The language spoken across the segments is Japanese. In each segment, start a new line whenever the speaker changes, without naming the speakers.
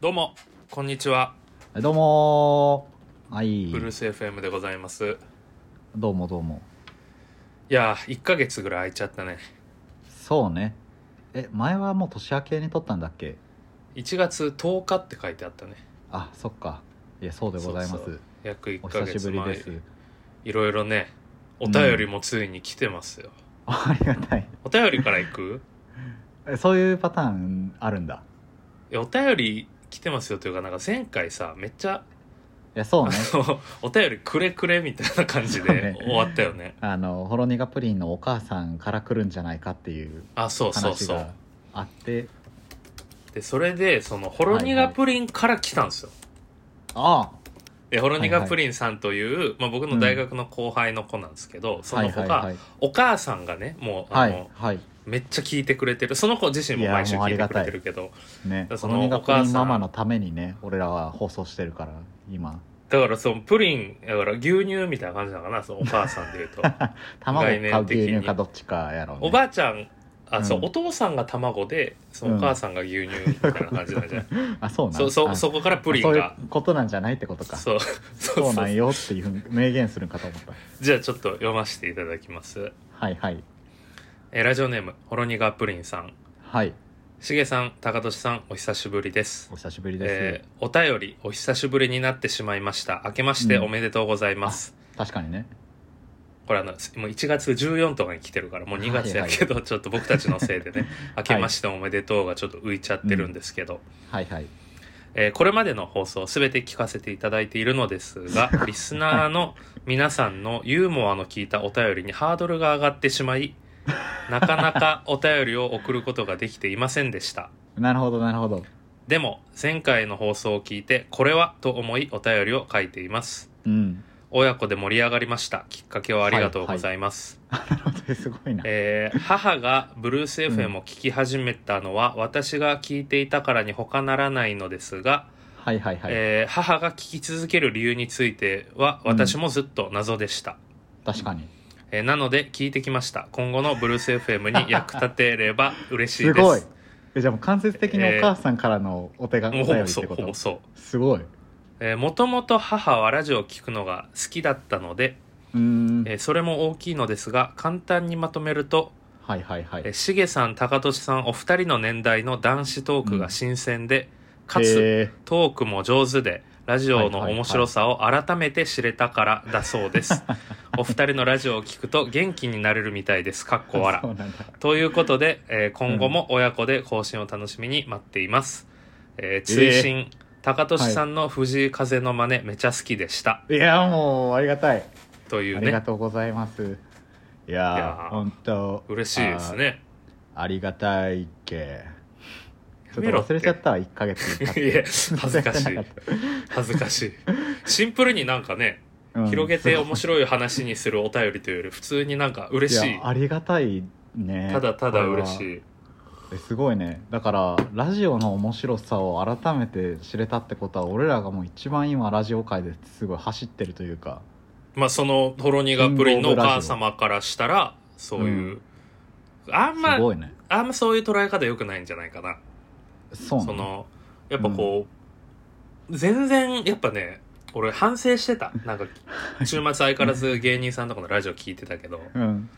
どうもこんにちは
どうもーはい
ブルース FM でございます
どうもどうも
いやー1ヶ月ぐらい空いちゃったね
そうねえ前はもう年明けに撮ったんだっけ
1月10日って書いてあったね
あそっかいやそうでございます
そうそう約1
お
ヶ
久し
月
ぶり
前
です
いろいろねお便りもついに来てますよ、
ありがたい
お便りからいく
えそういうパターンあるんだ
いやお便り来てますよというかなんか前回さめっちゃ
いやそう
あ
ね
のお便りくれくれみたいな感じ
そう
で
ね
終わったよね
あのほろ苦プリンのお母さんから来るんじゃないかっていう
あそうそう
話
そう
があって
でそれでそのほろ苦プリンから来たんですよ、
あ
でホロニガプリンさんという、まあ、僕の大学の後輩の子なんですけど、
あ
そ
は
の
い
他、
はいはい
お母さんがねもうあ
は
の、
いはい
めっちゃ聞いてくれてるその子自身も毎週
いやも
聞
うあ
い
り
て
が
く
た
れ
い
てるけど
ね
らそ
ほ
の
ろ苦プ
お母
リン
さん
ママのためにね俺らは放送してるから今
だからそのプリンだから牛乳みたいな感じなのかなそのお母さんでいう と
卵買
概念
う
的に
牛乳かどっちかやろう、ね、
おばあちゃんあ、そう
うん
お父さんが卵でそのお母さんが牛乳みたいな感じなんじゃない
あそうなん
そそ
あ
そこからプリン
そうい
が
うことなんじゃないってことかそう
そうそうそう
なんよっていうふうに明言するんかと思った
じゃあちょっと読ませていただきます、
はいはい
えーラジオネームホロニガプリンさん
はい
しげさん高俊さんお久しぶりです
お久しぶりです、
えーお便りお久しぶりになってしまいました明けまして
うん
おめでとうございます、
確かにね
これあのもう1月14とかに来てるからもう2月やけど、ちょっと僕たちのせいで ね明けましておめでとうがちょっと浮いちゃってるんですけど、
はいはい
えーこれまでの放送すべて聞かせていただいているのですがリスナーの皆さんのユーモアの効いたお便りにハードルが上がってしまいなかなかお便りを送ることができていませんでした
なるほどなるほど
でも前回の放送を聞いてこれはと思いお便りを書いています
うん
親子で盛り上がりましたきっかけをありがとうございます、
なるほどすごいな、
えー母がブルース
うん
FM を聞き始めたのは、私が聞いていたからに他ならないのですが、
はいはいはい、
えー母が聞き続ける理由については
うん
私もずっと謎でした、
確かに
えーなので聞いてきました今後のブルース FM に役立てれば嬉しい
す
です
ごいえじゃあもう間接的に
えー
お母さんからのお手紙、
もう
お
ほぼ
便りっ
そう
てこ
ほぼ
と
そう
すごい
えーもともと母はラジオを聞くのが好きだったので、
うーん
えーそれも大きいのですが簡単にまとめると
はいはいはい
えーしげさん高俊さんお二人の年代の男子トークが新鮮で、かつ
え
トークも上手でラジオの
はいはいはい
面白さを改めて知れたからだそうです、 お二人のラジオを聞くと元気になれるみたいですかっこ
ー、そ
笑
うなんだ
ということで、えー今後も親子で更新を楽しみに待っています、えー追伸、高俊さんの藤井風の真似めちゃ好きでした、
いやもうありがたい
という
あり
ね
がとうございますいやー
いやー
本当
嬉しいですね
あーありがたいっけちょっ
やめ
と
ろって
忘れちゃったわ1ヶ月経って
いや恥ずかしい
忘れてなった
恥ずか しいシンプルになんかね
うん
広げて面白い話にするお便りというより普通になんか嬉しい
いやありがたいね
ただただ嬉し
これはいえすごいねだからラジオの面白さを改めて知れたってことは俺らがもう一番今ラジオ界ですごい走ってるというか
まあそのほろ苦プリンのお母様からしたらそういう、あんます
ごいね
あんまそういう捉え方良くないんじゃないかな
そうね
そのやっぱこう、全然やっぱね俺反省してたなんか週末相変わらず芸人さんとかのラジオ聞いてたけど
うん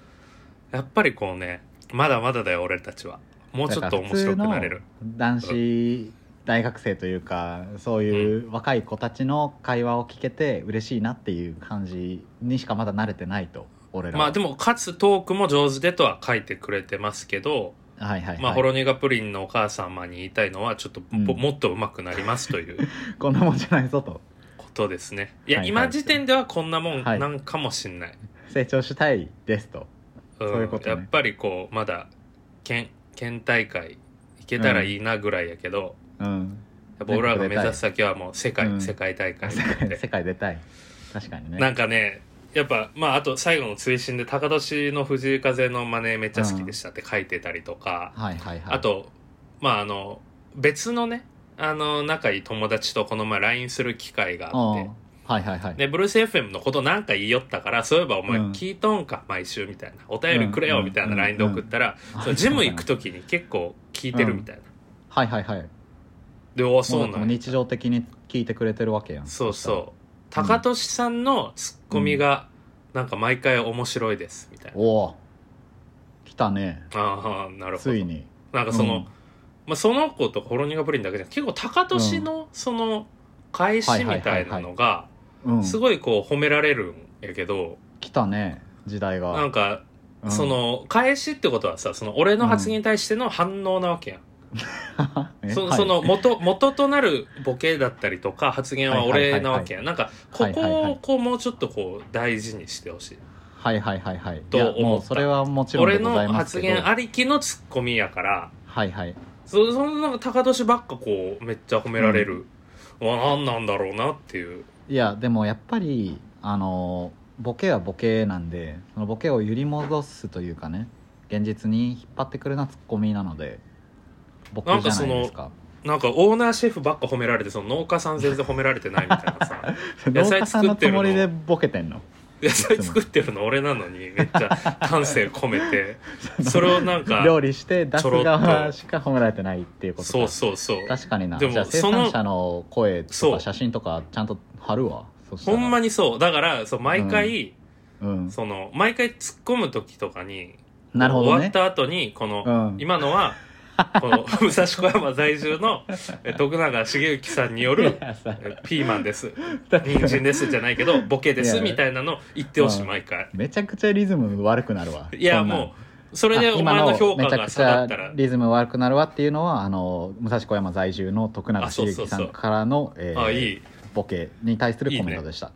やっぱりこうねまだまだだよ俺たちはもうちょっと面白くなれる
だから普通の男子大学生というかそういう若い子たちの会話を聞けて嬉しいなっていう感じにしかまだ慣れてないと俺ら
まあで
も
もかつトークも上手でとは書いてくれてますけど、
はいはい、はい
まあほろ苦プリンのお母様に言いたいのはちょっとぼ、
うん
もっと上手くなりますと いう
こんなもんじゃないぞと
ことですね。いや、
はい
今時点ではこんなもん
はい
なんかもしんない。
成長したいですと
うん
そういうことね
やっぱりこう、まだ、県、県大会行けたらいいなぐらいやけど、
うん
やっぱ俺らが目指す先はもう世界、
うん
世界大会
世
なん
界
で。
世界出たい確かに ね
なんかね、やっぱ、まああと最後の追伸で、高年の藤井風の真似めっちゃ好きでしたって書いてたりとか、
はいはいはい
あと、まああの、別のね、あの、仲いい友達とこの前 LINE する機会があって、
うんはいはいはい、
で、ブルース FM のことなんか言いよったから、そういえばお前
うん
聞いとんか、毎週みたいな。お便りくれよ、
うん
みたいな
うん
LINE で送ったら、そうジム行くときに結構聞いてるみたいな。
はいはいはい
でお
も
そうう
だって
な
もうん
や
日常的に聞いてくれてるわけやん
そう
う
そう高俊さんのツッコミがなんか毎回面白いですみたいな、
おお来たね
ああなるほ
つ
ど
いに
なんかその、
うん
まあ、その子とかホロニガブリンだけじゃなくて結構高俊のその返しみたいなのが
うん
すごいこう褒められるんやけど、
来たね時代が
なんか
うん
その返しってことはさその俺の発言に対しての反応なわけやん、
え
そ
はい
その元元となるボケだったりとか発言は俺なわけやんなんかこ
はい
こ
はいはい
をこうもうちょっとこう大事にしてほしい
はいはいはいはい
と
い
思
や
った
もうそれはもちろんで
俺
ござい
の
ます
発
けど
言ありきのツッコミやから
はいはい
そそのなんか高年ばっかこうめっちゃ褒められる、わ何なんだろうなっていう
いやでもやっぱりあのボケはボケなんでそのボケを揺り戻すというかね現実に引っ張ってくるのはツッコミなので僕じゃないですか
なんかなんかオーナーシェフばっか褒められてその農家さん全然褒められてないみたいな さ野
農
菜
家さん
作
の
って
つ
るの
もりでボケてんの
野菜作ってるの俺なのにめっちゃ丹精込めて それをなんか
料理して出す
ちょろっ
側
と
しか褒められてないっていうことか
そうそうそう
確かにな
で
じ
も
ゃあ生産者の声
そ
と
う
か写真とかちゃんと貼るわそした
ほ
ら
んまにそうだからそう毎回、
うん
その毎回突っ込む時とかに
なるほど
終わ
ね
った後にこの、
うん
今のはこ の武蔵小山在住のえ徳永茂之さんによる
いやさ
えピーマンです
だって
人参ですじゃないけどボケで
い
す
や
みたいなの言ってほしい
うん
毎回
めちゃくちゃリズム悪くなるわ
いや
そんなん
もうそれで
あ
お
今
前の評価
めちゃ
が
くち
下だ
ゃ
ったら
リズム悪くなるわっていうのはあの武蔵小山在住の徳永茂樹さんからのえー
あいい
ボケに対するコメントでした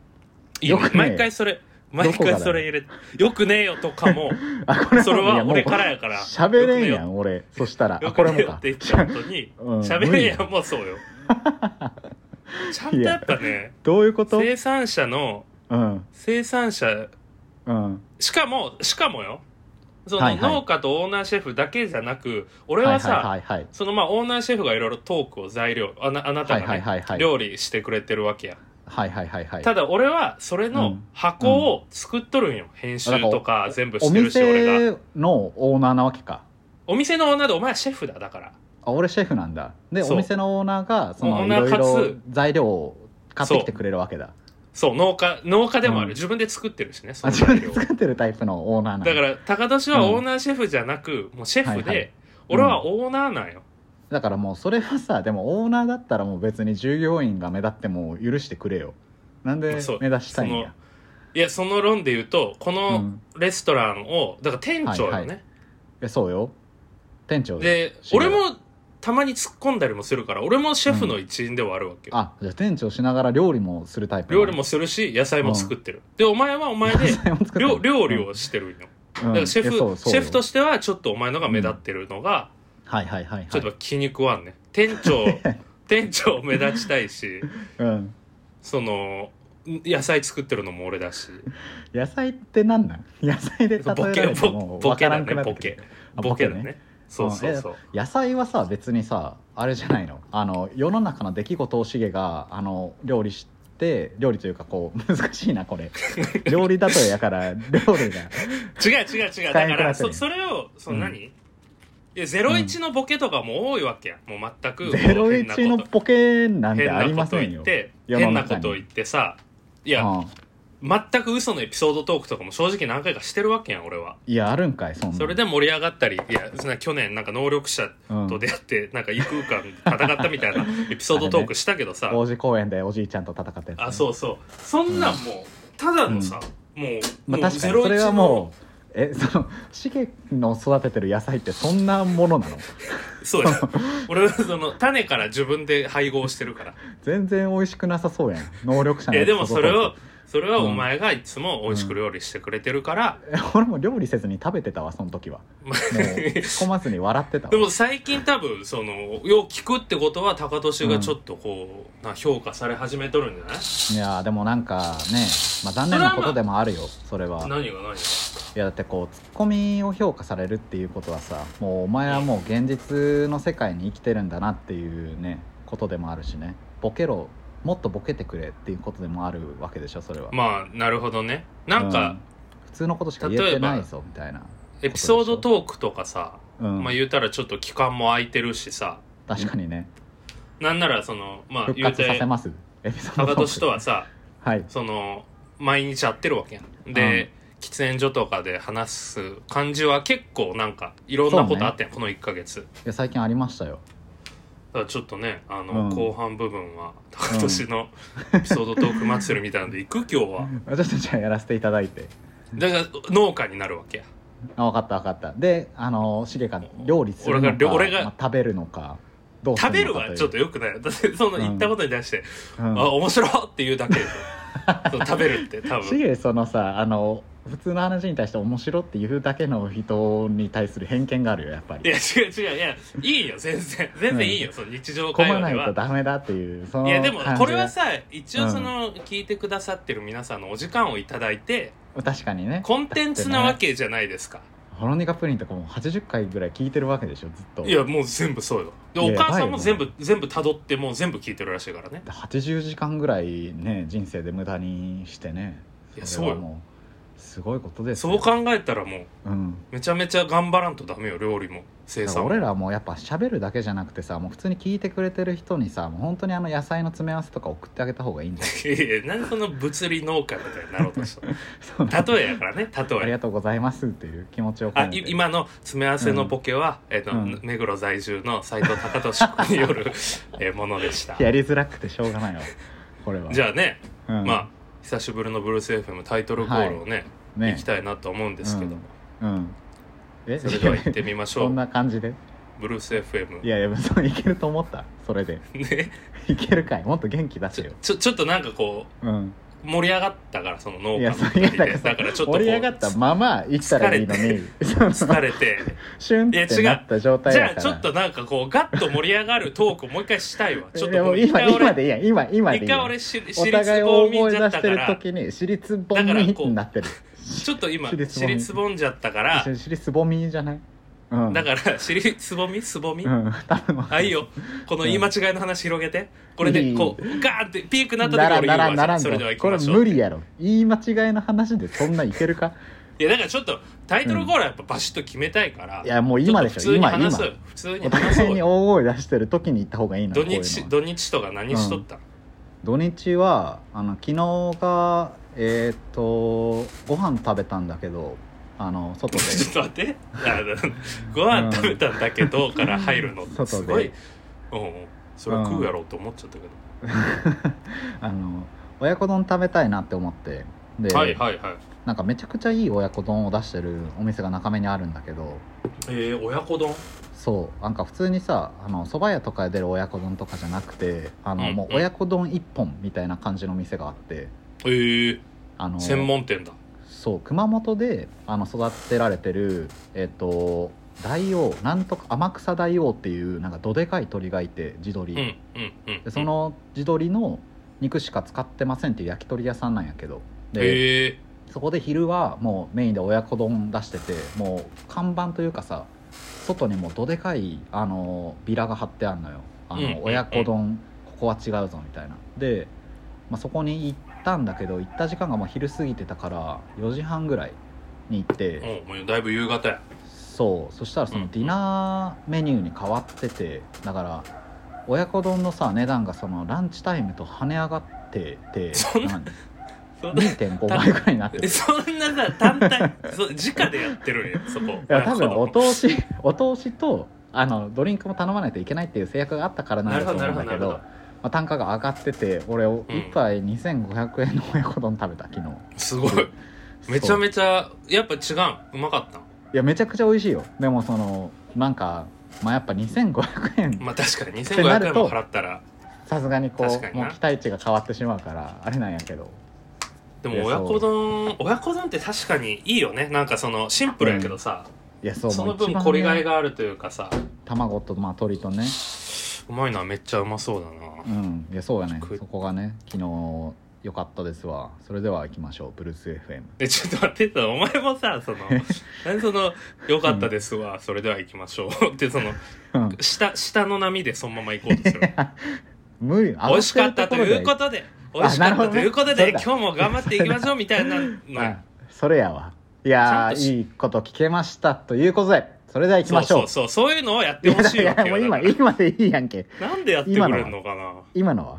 いい
よ
ね
くね
毎回それ毎
どこがだ
回
よ
それ入れてよくねえよとかも
あこれ
それ
い
は
やもう
俺からやから
喋れんや
よ
ん俺そしたらあ
よく
これ
ねえよ
もか
って言った後に
うん
喋
無理
れ
や
や
ん
もうそうよちゃんとやっぱね
どういうこと
生産者の
うん
生産者
うん
しかもしかもよそ
は
の
いはい
農家とオーナーシェフだけじゃなく俺はさ
はいはいはい
そのまあオーナーシェフがいろいろトークを材料あなあなた
は
が
いはいはいは
ね
い
料理してくれてるわけや
はいはいはいはい
ただ俺はそれ
う
の
ん
箱を作っとるんよ編集とか全部
お
してるし俺が
店のオーナーなわけか
お店のオーナーでお前はシェフだだから
あ俺シェフなんだで
そう
お店のオーナーがそ
オ
の
ー
い
ナ
ろ
ー
い
かつ
ろ材料を買ってきてくれるわけだ
そう農家農家でもある
うん
自分で作ってるしねそ
あ
の
自分
材料
で作ってるタイプのオーナーなん
だから高田氏は
うん
オーナーシェフじゃなくもうシェフで、
はいはい
俺はオーナーなんよ
だからもうそれはさでもオーナーだったらもう別に従業員が目立っても許してくれよなんで
そう
目指したいんや
いやその論で言うとこ
う
の
ん
レストランをだから店長よね、
はいはえそうよ店長
で
知ら
俺
ん
もたまに突っ込んだりもするから俺もシェフの一員ではあるわけよ、
あじゃあ店長しながら料理もするタイプなの
料 理もするし野菜も作ってる、でお前はお前で
野菜も 作ってる
料料理をしてるんよ、
うん
だからシェ
いやそう
フ
そう
シ
よ
ェフとしてはちょっとお前のが目立ってるのが
はいはいはいはい
ちょっと気に食わんね店 長店長目立ちたいし
うん
その野菜作ってるのも俺だし
野菜ってなんなん 野菜で例
ボ
え
ケ
られて
ボ
も
ボ
分
ケ
か
だ
らんくな
ね
って
ボ
くる
ケ
あ
ボケだ
ボケ
ねそうそうそう
野菜はさ別にさあれじゃないのあの世の中の出来事をしげがあの料理して料理というかこう 難しいな これ料理だとやから料理が
違う違う違うだ
使
か
えなくな
ら
ってる
そそれをその
うん
何、いやゼロ一のボケとかも多いわけやもう全く
ゼロ
変なこと
一のボケなんて
変
あり
な
ま
こと
せ
言
ん
っ
よ。
て
世の
変な
中に
こと言ってさいうや
ん
全く嘘のエピソードトークとかも正直何回かしてるわけやん俺はい
やあるんかいそんなん
それで盛り上がったりいやそんな去年なんか能力者
うん
と出会ってなんか異空間で戦ったみたい なエピソードトークしたけどさ
王子公園でおじいちゃんと戦ったやつね
あそうそうそんなんもうただのさ、もう,、
まあ
もう
確かにそれは
の
もうえそのシゲの育ててる野菜ってそんなものなの
そうや。 俺はその、種から自分で配合してる から。
全然美味しくなさそうやん能力者の
いや、でも
エピソ
そ
ード
れ
トー
を
ク、
それはお前がいつも美味しく料理してくれてるから、
え 俺も料理せずに食べてたわその時は
まあ
もう突っ込まずに笑ってたわ
でも最近多分、その、よう聞くってことは、高俊がちょっとこう、な評価され始めとるんじゃない
いやーでもなんかね、まあ、残念なことでもあるよそれは
何が何が
いやだってこうツッコミを評価されるっていうことはさもうお前はもう現実の世界に生きてるんだなっていうねことでもあるしねボケろもっとボケてくれっていうことでもあるわけでしょそれは
まあ、なるほどね。なん
う
か、
普通のことしか言えてないぞみたいな、
エピソードトークとかさ、
うん
まあ言うたらちょっと期間も空いてるしさ、
確かにね、
なんならそのまあ
復
言う
活さ
て
せますエピソード
高年と
は
は さ
はい
その毎日会ってるわけやんで、喫煙所とかで話す感じは結構なんかいろんなことあってん、この1ヶ月だ
いや最近ありましたよ
からちょっとねあの、
うん
後半部分は高年の エピソードトーク祭りみたいなので行く今日は
ちょっとじゃあやらせていただいて
だから農家になるわけや
あ分かった分かったであのシゲが料理するの
俺が
か
俺が
まあ食べるのかどうす
食べる
るの
は
かいう
ちょっとよくないだってその行ったことに対して、
うん
あ面白いって言うだ けでしょそう食べるって多
シ
分
ゲそのさあの普通の話に対して面白って言うだけの人に対する偏見があるよやっぱ
い
り
や違う違ういやいいよ全然 全然いいよ、その日常
込
会
ま
話
な
で
い
は
とダメだっていうその
いやでもこれは
感
さ一応その、聞いてくださってる皆さんのお時間をいただいて
じで確かにね
コンテンツなわけじゃないですか、
ホロニカプリンとかも80回ぐらい聞いてるわけでしょずっと
いやもう全部そうよで
いや
お母さん
やばいよ
も
ね
全部全部辿ってもう全部聞いてるらしいからね
80時間ぐらいね人生で無駄にしてね
いや
れは
そうよ
もうすごいことです
そう
よ
考えたらもう
うん
めちゃめちゃ頑張らんとダメよ料理も生産も
俺らもやっぱ喋るだけじゃなくてさもう普通に聞いてくれてる人にさもう本当にあの野菜の詰め合わせとか送ってあげた方がいいんじゃない
い やいやなんでその物理農家みたいになろうとし
そう
たの例えやからね
あり
例え
がとうございますっていう気持ちを
あ
込めて
い今の詰め合わせのボケは、えっと
うん
目黒在住の斎藤隆俊君によ る、えーものでした
やりづらくてしょうがないわこれは
じ
ゃ
ゃあね、
あ、うん
まあ久しぶりのブルース FM タイトルコールをね、
ね
いきたいなと思うんですけど、
うん、うんえ
それでは行ってみましょ
そん
う
な感じで
ブルース
い
FM
やいやそういけると思ったそれで
ね
いけるかいもっと元気出
ち
せ
ょ
よ
ちょちょっとなんかこ
うん
う盛り上がったからその農
い
家
や
の
そう
二人
いや
で
だから
だからちょっとこう
盛り上がったまま生きたらいいのに その
疲れて
シュンってなった状態
じ
だ
ゃ
か
あ
ら
ちょっとなんかこうガッと盛り上がるトークをもう一回したいわちょっ
い
と
やも
も
う
う
今今で
俺
いいやん今今でい
一
い
回
やん
俺し
お
私
互い
立
を
ボン
思い
じ
出
ゃっ
したて
か
る
ら
時に私立ボ
だ
ミ
から
ー
こう
になってる
ちょっと今
尻つぼ
私
み
立ボンじゃったから
私立ボミーじゃないうん
だから私立つぼみつぼみ
うん多分
あいいよこの言い間違いの話広げてこれでこうガーンってピークになった
な
時
ら
俺言
な
うわ
ら
じ
な
ゃ
ら
あ
ん
そ
ぞ
れでは行き
これ
ましょう
無理やろ言い間違いの話でそんないけるか
いやだからちょっとタイトルコールはやっぱバシッと決めたいから
いやもう今でしょ
ちっと普通に話す
今
普通に話そ
お互いに
う
大声出してる時に行った方がいいな
土
こういう
日
のは
土日とか何しとった
土日はあの昨日がえーっとご飯食べたんだけどあの 外 で
ちょっと待ってあのご飯食べたんだけどから入るの
外です
ごいうんうんそれは食うやろうと思っちゃったけど
あの親子丼食べたいなって思ってで、
はいはいはい
なんかめちゃくちゃいい親子丼を出してるお店が中目にあるんだけど
えー、親子丼
そうなんか普通にさあの蕎麦屋とかで出る親子丼とかじゃなくてあの、
うん
もう親子丼一本みたいな感じの店があって
えー、
あの
専門店だ
そう熊本であの育てられてるえっ、と大王なんとか天草大王っていうなんかどでかい鳥がいて地
う
鶏、
んうんうん
でその地鶏の肉しか使ってませんっていう焼き鳥屋さんなんやけどで、
え
そこで昼はもうメインで親子丼出しててもう看板というかさ外にもうどでかいあのビラが貼ってあんのよあ
うんうんうん
の親子丼ここは違うぞみたいなで、まあ、そこに行ったんだけど行った時間がもう昼過ぎてたから4時半ぐらいに行って、
ー、もうだいぶ夕方や
そうそしたらそ
うんう
の
ん
ディナーメニューに変わっててだから親子丼のさ値段がそのランチタイムと跳ね上がってて
そんな
なん
そんな
2.5倍ぐらいになって
え
る
そんなさ単 体そ直でやってるんやそこ
いや多分お
音
通し お通しとあのドリンクも頼まないといけないっていう制約があったからなんだと思うんだ
な
け
るほど
ど
なるほど
まあ、単価が上がってて俺を
うん
1杯2500円の親子丼食べた昨日
すごいめちゃ
ち
めちゃやっぱ違ううまかった
いやめちゃくちゃ美味しいよでもそのなんかまあやっぱ2500円
まあ確かに
てなる
2500
と
円も払ったら
さすがにこ
確かに
う
な
もう期待値が変わってしまうからあれなんやけど
で
い
も親
や
子丼親子丼って確かにいいよねなんかそのシンプルやけどさ、
いやそう
その
もう一
分
番ね
凝りがいがあるというかさ
卵とまあ鶏とね
うまいのはめっちゃうまそうだな、
うんいやそうやね
食い
そこがね昨日良かったですわそれでは行きましょうブルース FM
えちょっと待ってたお前もさ その何その「よかったですわそれでは行きましょう」ってその
うん
下下の波でそのまま行こうとする
無理
美味しかったということで美味しかっ
なるほ
た
ど
と
ね
いうこと
そ
で、
うだ
今日も頑張っていきましょうみたいなの
あそれやわいや
ちゃんと
ー
し
いいこと聞けましたということでそれでは行きましょう
そうそうそうそういうのをやってほしいわけ
や
よ
やもう今
だか
今でいいやんけ
らなんでやってくれんのかな
今のは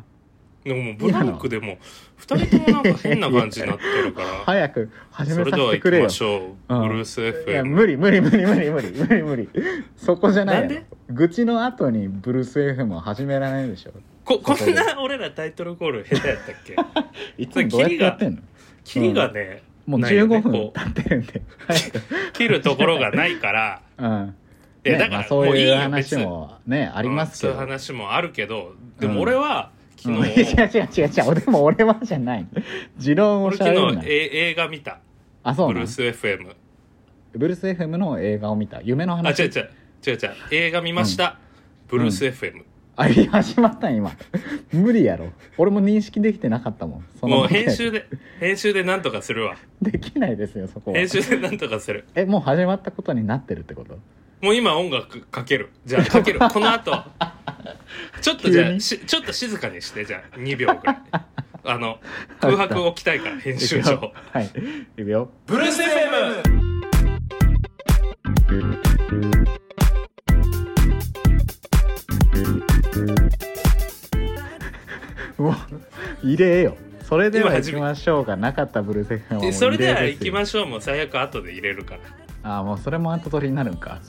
でももうブランクでも2人ともなんか変な感じになってるから
早く始
そ
め
れ
さ
で
せ
は
て
行
く
き
れよ
ましょう、
うん
ブルース
いや
FM
無理無理無理無理無理無理無理そこじゃないや
なん
ろ
で
愚痴の後にブルース FM は始められないでしょ
ここんな俺らタイトルコール下手やったっけ
いつもどうやってやってんの
キリがね、
もう
ないよね
15分
こ
経ってるんで早く
う切るところがない から
うん
いや
ね
だから
まあそう
もういい
いう
よ
話もねありますけ
うん
ど
そういう話もあるけどで
うん
も俺は、
うん
昨
違う違
日、
う違う違うでも俺はじゃない持論を
俺
しゃべる
昨
な
日え映画見た
あそう
ブ
な
ルー
の
ス FM
ブルース FM の映画を見た夢の
あ違う
話
違う違う違う映画見ました、ブルース FM、
あいや始まったん今 無理やろ俺も認識できてなかったもんその
もう編集で編集でなんとかするわ
できないですよそこは
編集でなんとかする
えもう始まったことになってるってこと
もう今音楽かけるじゃあかけるこの 後ちょっとじゃ
急
あ
に
しちょっと静かにしてじゃあ2秒ぐらいあの空白を置きたいから編集
いくよ
上
はいいくよ
ブルース FM
うわ入れよそれでは
今
行
始
き
め
ましょうがなかったブルーセフェンはもう
でそれでは
入
行き
す
ましょうもう最悪後で入れるから
よあーもうそれも後取りになるんか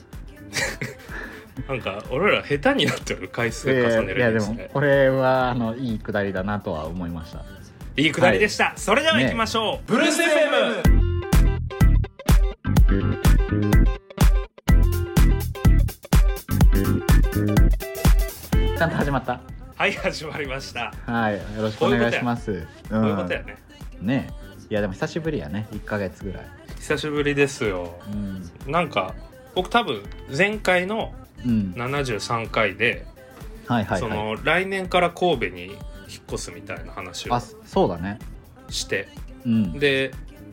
なんか俺ら下手になってる回数
いや
重
い
ね
や
る
で
です
も
ね
これはあのいいくだりだなとは思いました
いいくだりでした、それでは行きましょう、ブルース FM
ちゃんと始まった
はい始まりました
はいよろしくお願いします
こう
う
いうんことやね
ねえいやでも久しぶりやね1ヶ月ぐらい
久しぶりですよ
うん
なんか僕多分前回の
うん
73回で、
はいはい
そ
はい
の来年から神戸に引っ越すみたいな話を
あそうだね
して
うん
で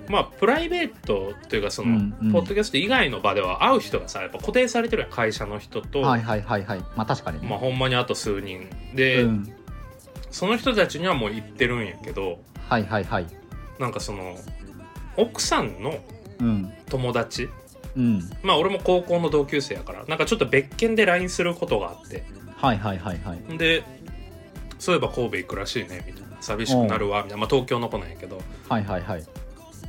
まあプライベートというかその、
うんうん
ポッドキャスト以外の場では会う人がさやっぱ固定されてるやん会社の人と、
はいはいはいはいまあ確かにね
まあ、ほんまにあと数人で、
うん
その人たちにはもう行ってるんやけど
はいはいはい
なんかその奥さんの
うん
友達
うん
まあ俺も高校の同級生やからなんかちょっと別件で LINE することがあって
はいはいはいはい
でそういえば神戸行くらしいねみたいな寂しくなるわみたいな、まあ、東京の子なんやけど
はいはいはい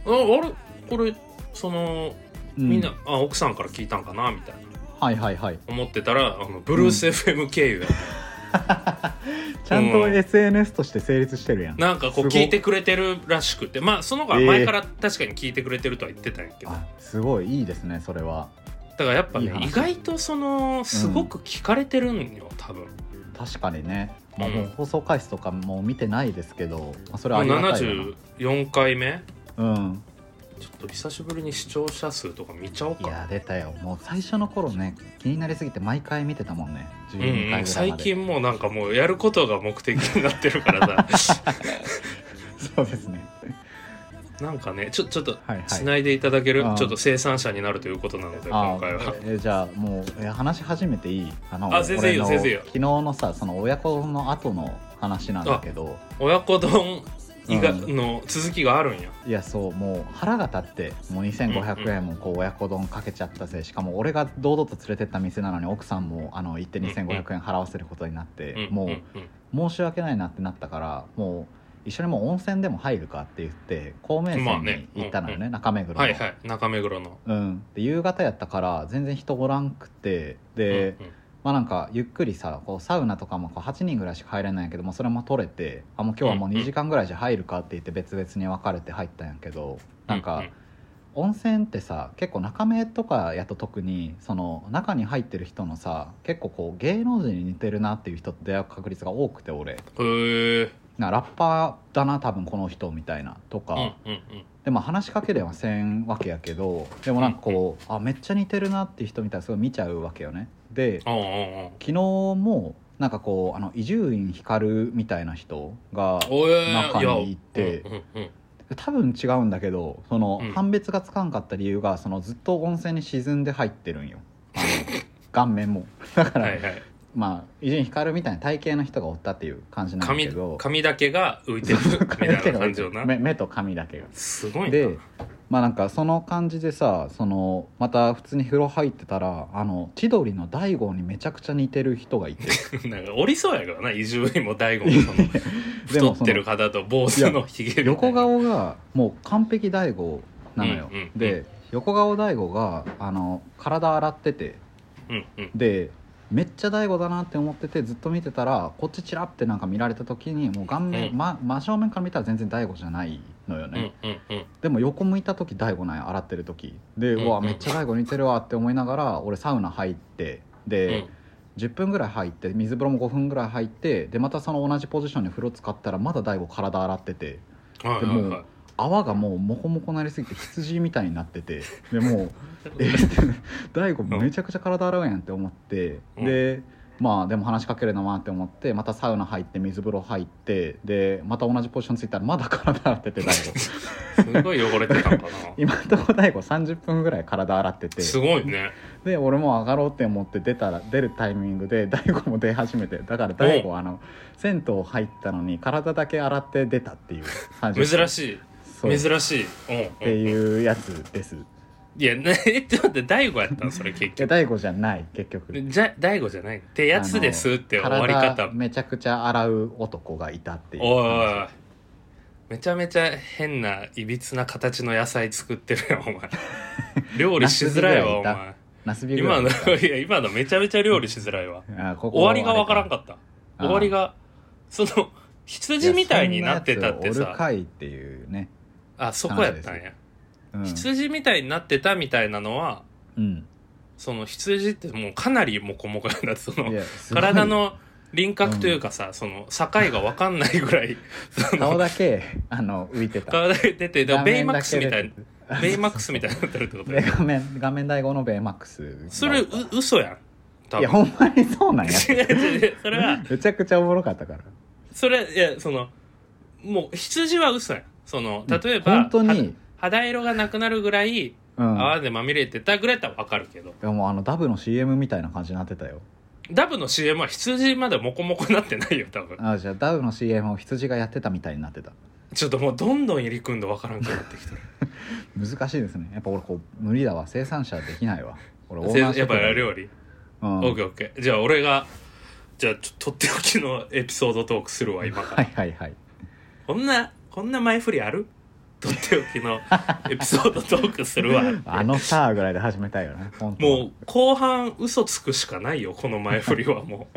ああれこれその
う
みんな、あ奥さんから聞いたんかなみたいな
はいはいはい
思ってたらあのブルース FM 経由やった、
ちゃんと
うん
SNS として成立してるやん
なんかこう
すご
聞いてくれてるらしくてまあその子は前から確かに聞いてくれてるとは言ってたんやけど、
あすごいいいですねそれは
だからやっぱね
いい話
意外とそのすごく聞かれてるんよ多分、
確かにね、まあ、
うん
もう放送回数とかもう見てないですけど、まあ、それは
も
あ
う
りがたいよ
74回目
なうん
ちょっと久しぶりに視聴者数とか見ちゃおう
い
か
や出たよもう最初の頃ね気になりすぎて毎回見てたもんね
う
12
ん
回
う
ぐらいまで、
ん、最近もうなんかもうやることが目的になってるからさ
そうですね
なんかねちょちょっと
はいはい
つないでいただける、
あー
ちょっと生産者になるということなので
あ
今回は
えじゃあもうえ話し始めていいあの
あ全然いいよ
俺の
全然いいよ
昨日のさその親子の後の話なんだけど
親子丼以外
う
の続きがあるんや、
いやそうもう腹が立ってもう2500円もこう親子丼かけちゃったせいしかも俺が堂々と連れてった店なのに奥さんもあの行って2500円払わせることになって、
うん
も
ん
う申し訳ないなってなったからもう一緒にもう温泉でも入るかって言って高名
まあ
線に
ね
行ったのよね,、
うん
中目黒
うん
の、
はいはい中目黒の
うん、で夕方やったから全然人おらんくてで、
うんうん
まあなんかゆっくりさこうサウナとかもこう8人ぐらいしか入れないんやけどもそれも取れてあもう今日はもう
うんうん
2時間ぐらいじゃ入るかって言って別々に分かれて入ったんやけどなん
う
か
ん
温泉ってさ結構中目とかやと特にその中に入ってる人のさ結構こう芸能人に似てるなっていう人と出会う確率が多くて俺
うんへえ
なラッパーだな多分この人みたいなとか、
うんうんうん
でも話しかけではせんわけやけどでもなんかこう、あめっちゃ似てるなっていう人みたいなすごい見ちゃうわけよねで
ああああ
昨日もなんかこうあの伊集院光みたいな人が
おえ
中に
いや
行って
うんうんうん
多分違うんだけどその、
うん
判別がつかんかった理由がそのずっと温泉に沈んで入ってるんよあ の顔面もだから、
はいはい
まあ伊集院光みたいな体型の人がおったっていう感じなんだけ
髪
ど
髪だけが浮いてるみたいな感じよな
目目と髪だけが
すごいな
でまあなんかその感じでさそのまた普通に風呂入ってたらあの千鳥の大悟にめちゃくちゃ似てる人が いて
なんかおりそうやけどな伊集院も大悟もその
で
太
も
ってる方と坊主のひげみたいな
横顔がもう完璧大悟なのよ、
うんうんうん
で横顔大悟があの体洗ってて
うんうん
でめっちゃ大悟だなって思っててずっと見てたらこっちチラってなんか見られた時にもう顔面、
うん
ま、真正面から見たら全然大悟じゃないのよね、
うんうんうん
でも横向いた時大悟なんや洗ってる時で、
う
うんわめっちゃ大悟似てるわって思いながら俺サウナ入ってで、10分ぐらい入って水風呂も5分ぐらい入ってでまたその同じポジションに風呂使ったらまだ大悟体洗ってて
うんはい
で
はい
も
は
泡がもうモコモコなりすぎて羊みたいになっててで もうえ大悟めちゃくちゃ体洗うやんって思って、
うん
でまあでも話しかけるのはって思ってまたサウナ入って水風呂入ってでまた同じポジションついたらまだ体洗ってて大悟
いすごい汚れてた んかな
今んとこ大悟30分ぐらい体洗ってて
すごいね
で俺も上がろうって思って出たら出るタイミングで大悟も出始めてだから大悟はあの銭湯入ったのに体だけ洗って出たっていう感じ
珍
い
し
そう
い
っ
珍しいうんうん
ていうやつです
いやね えちょっと待って大悟やったんそれ結
いや
局
大悟じゃない結局
じゃ大悟じゃないってやつですって終わり
体
方
めちゃくちゃ洗う男がいたっていう
おいおいおいめちゃめちゃ変ないびつな形の野菜作ってるよお前 料理しづらいわお前
ナスビぐ
今
らい
の
いた
いや今のめちゃめちゃ料理しづらいわ
あここ
終わりがわからん
っ
かった
た
終わりがその羊みたいになってたって
おる
さ
かいっていうね、
あそこやったんや、
うん、
羊みたいになってたみたいなのは
うん
その羊ってもうかなりモコモコなんだその
いやすごい
体の輪郭というかさ、その境が分かんないぐらいそ
顔
の
だけあの浮いてた
顔だけ出てだからベイマックスみた
画面
い
だけ出て
なベイマックスみたいになってるってこと
で
や
画面画面大号のベイマックス
それう嘘やん多
いや
分
ほんまにそうなんや
違う違う違うそれは
めちゃくちゃおもろかったから
それいやそのもう羊は嘘やんその例えば、
本当に、
肌色がなくなるぐらい
うん、
泡でまみれてたぐらいだったら分かるけど、
でもあのダブの CM みたいな感じになってたよ
ダブの CM は羊まだモコモコなってないよ多分
あじゃあダウの CM を羊がやってたみたいになってた
ちょっともうどんどん入り組んで分からんくなってき てる
難しいですねやっぱ俺こう無理だわ生産者できないわ俺オーナーシ
やっ
ョップ
ぱ
だ
り料理
うん、
オッケーオッケーじゃあ俺がじゃあちょとっておきのエピソードトークするわ今から、
はいはいはい
こんなこんな前振りあるとっておきのエピソードトークするわ
あのさーぐらいで始めたいよね本当は
もう後半嘘つくしかないよこの前振りはも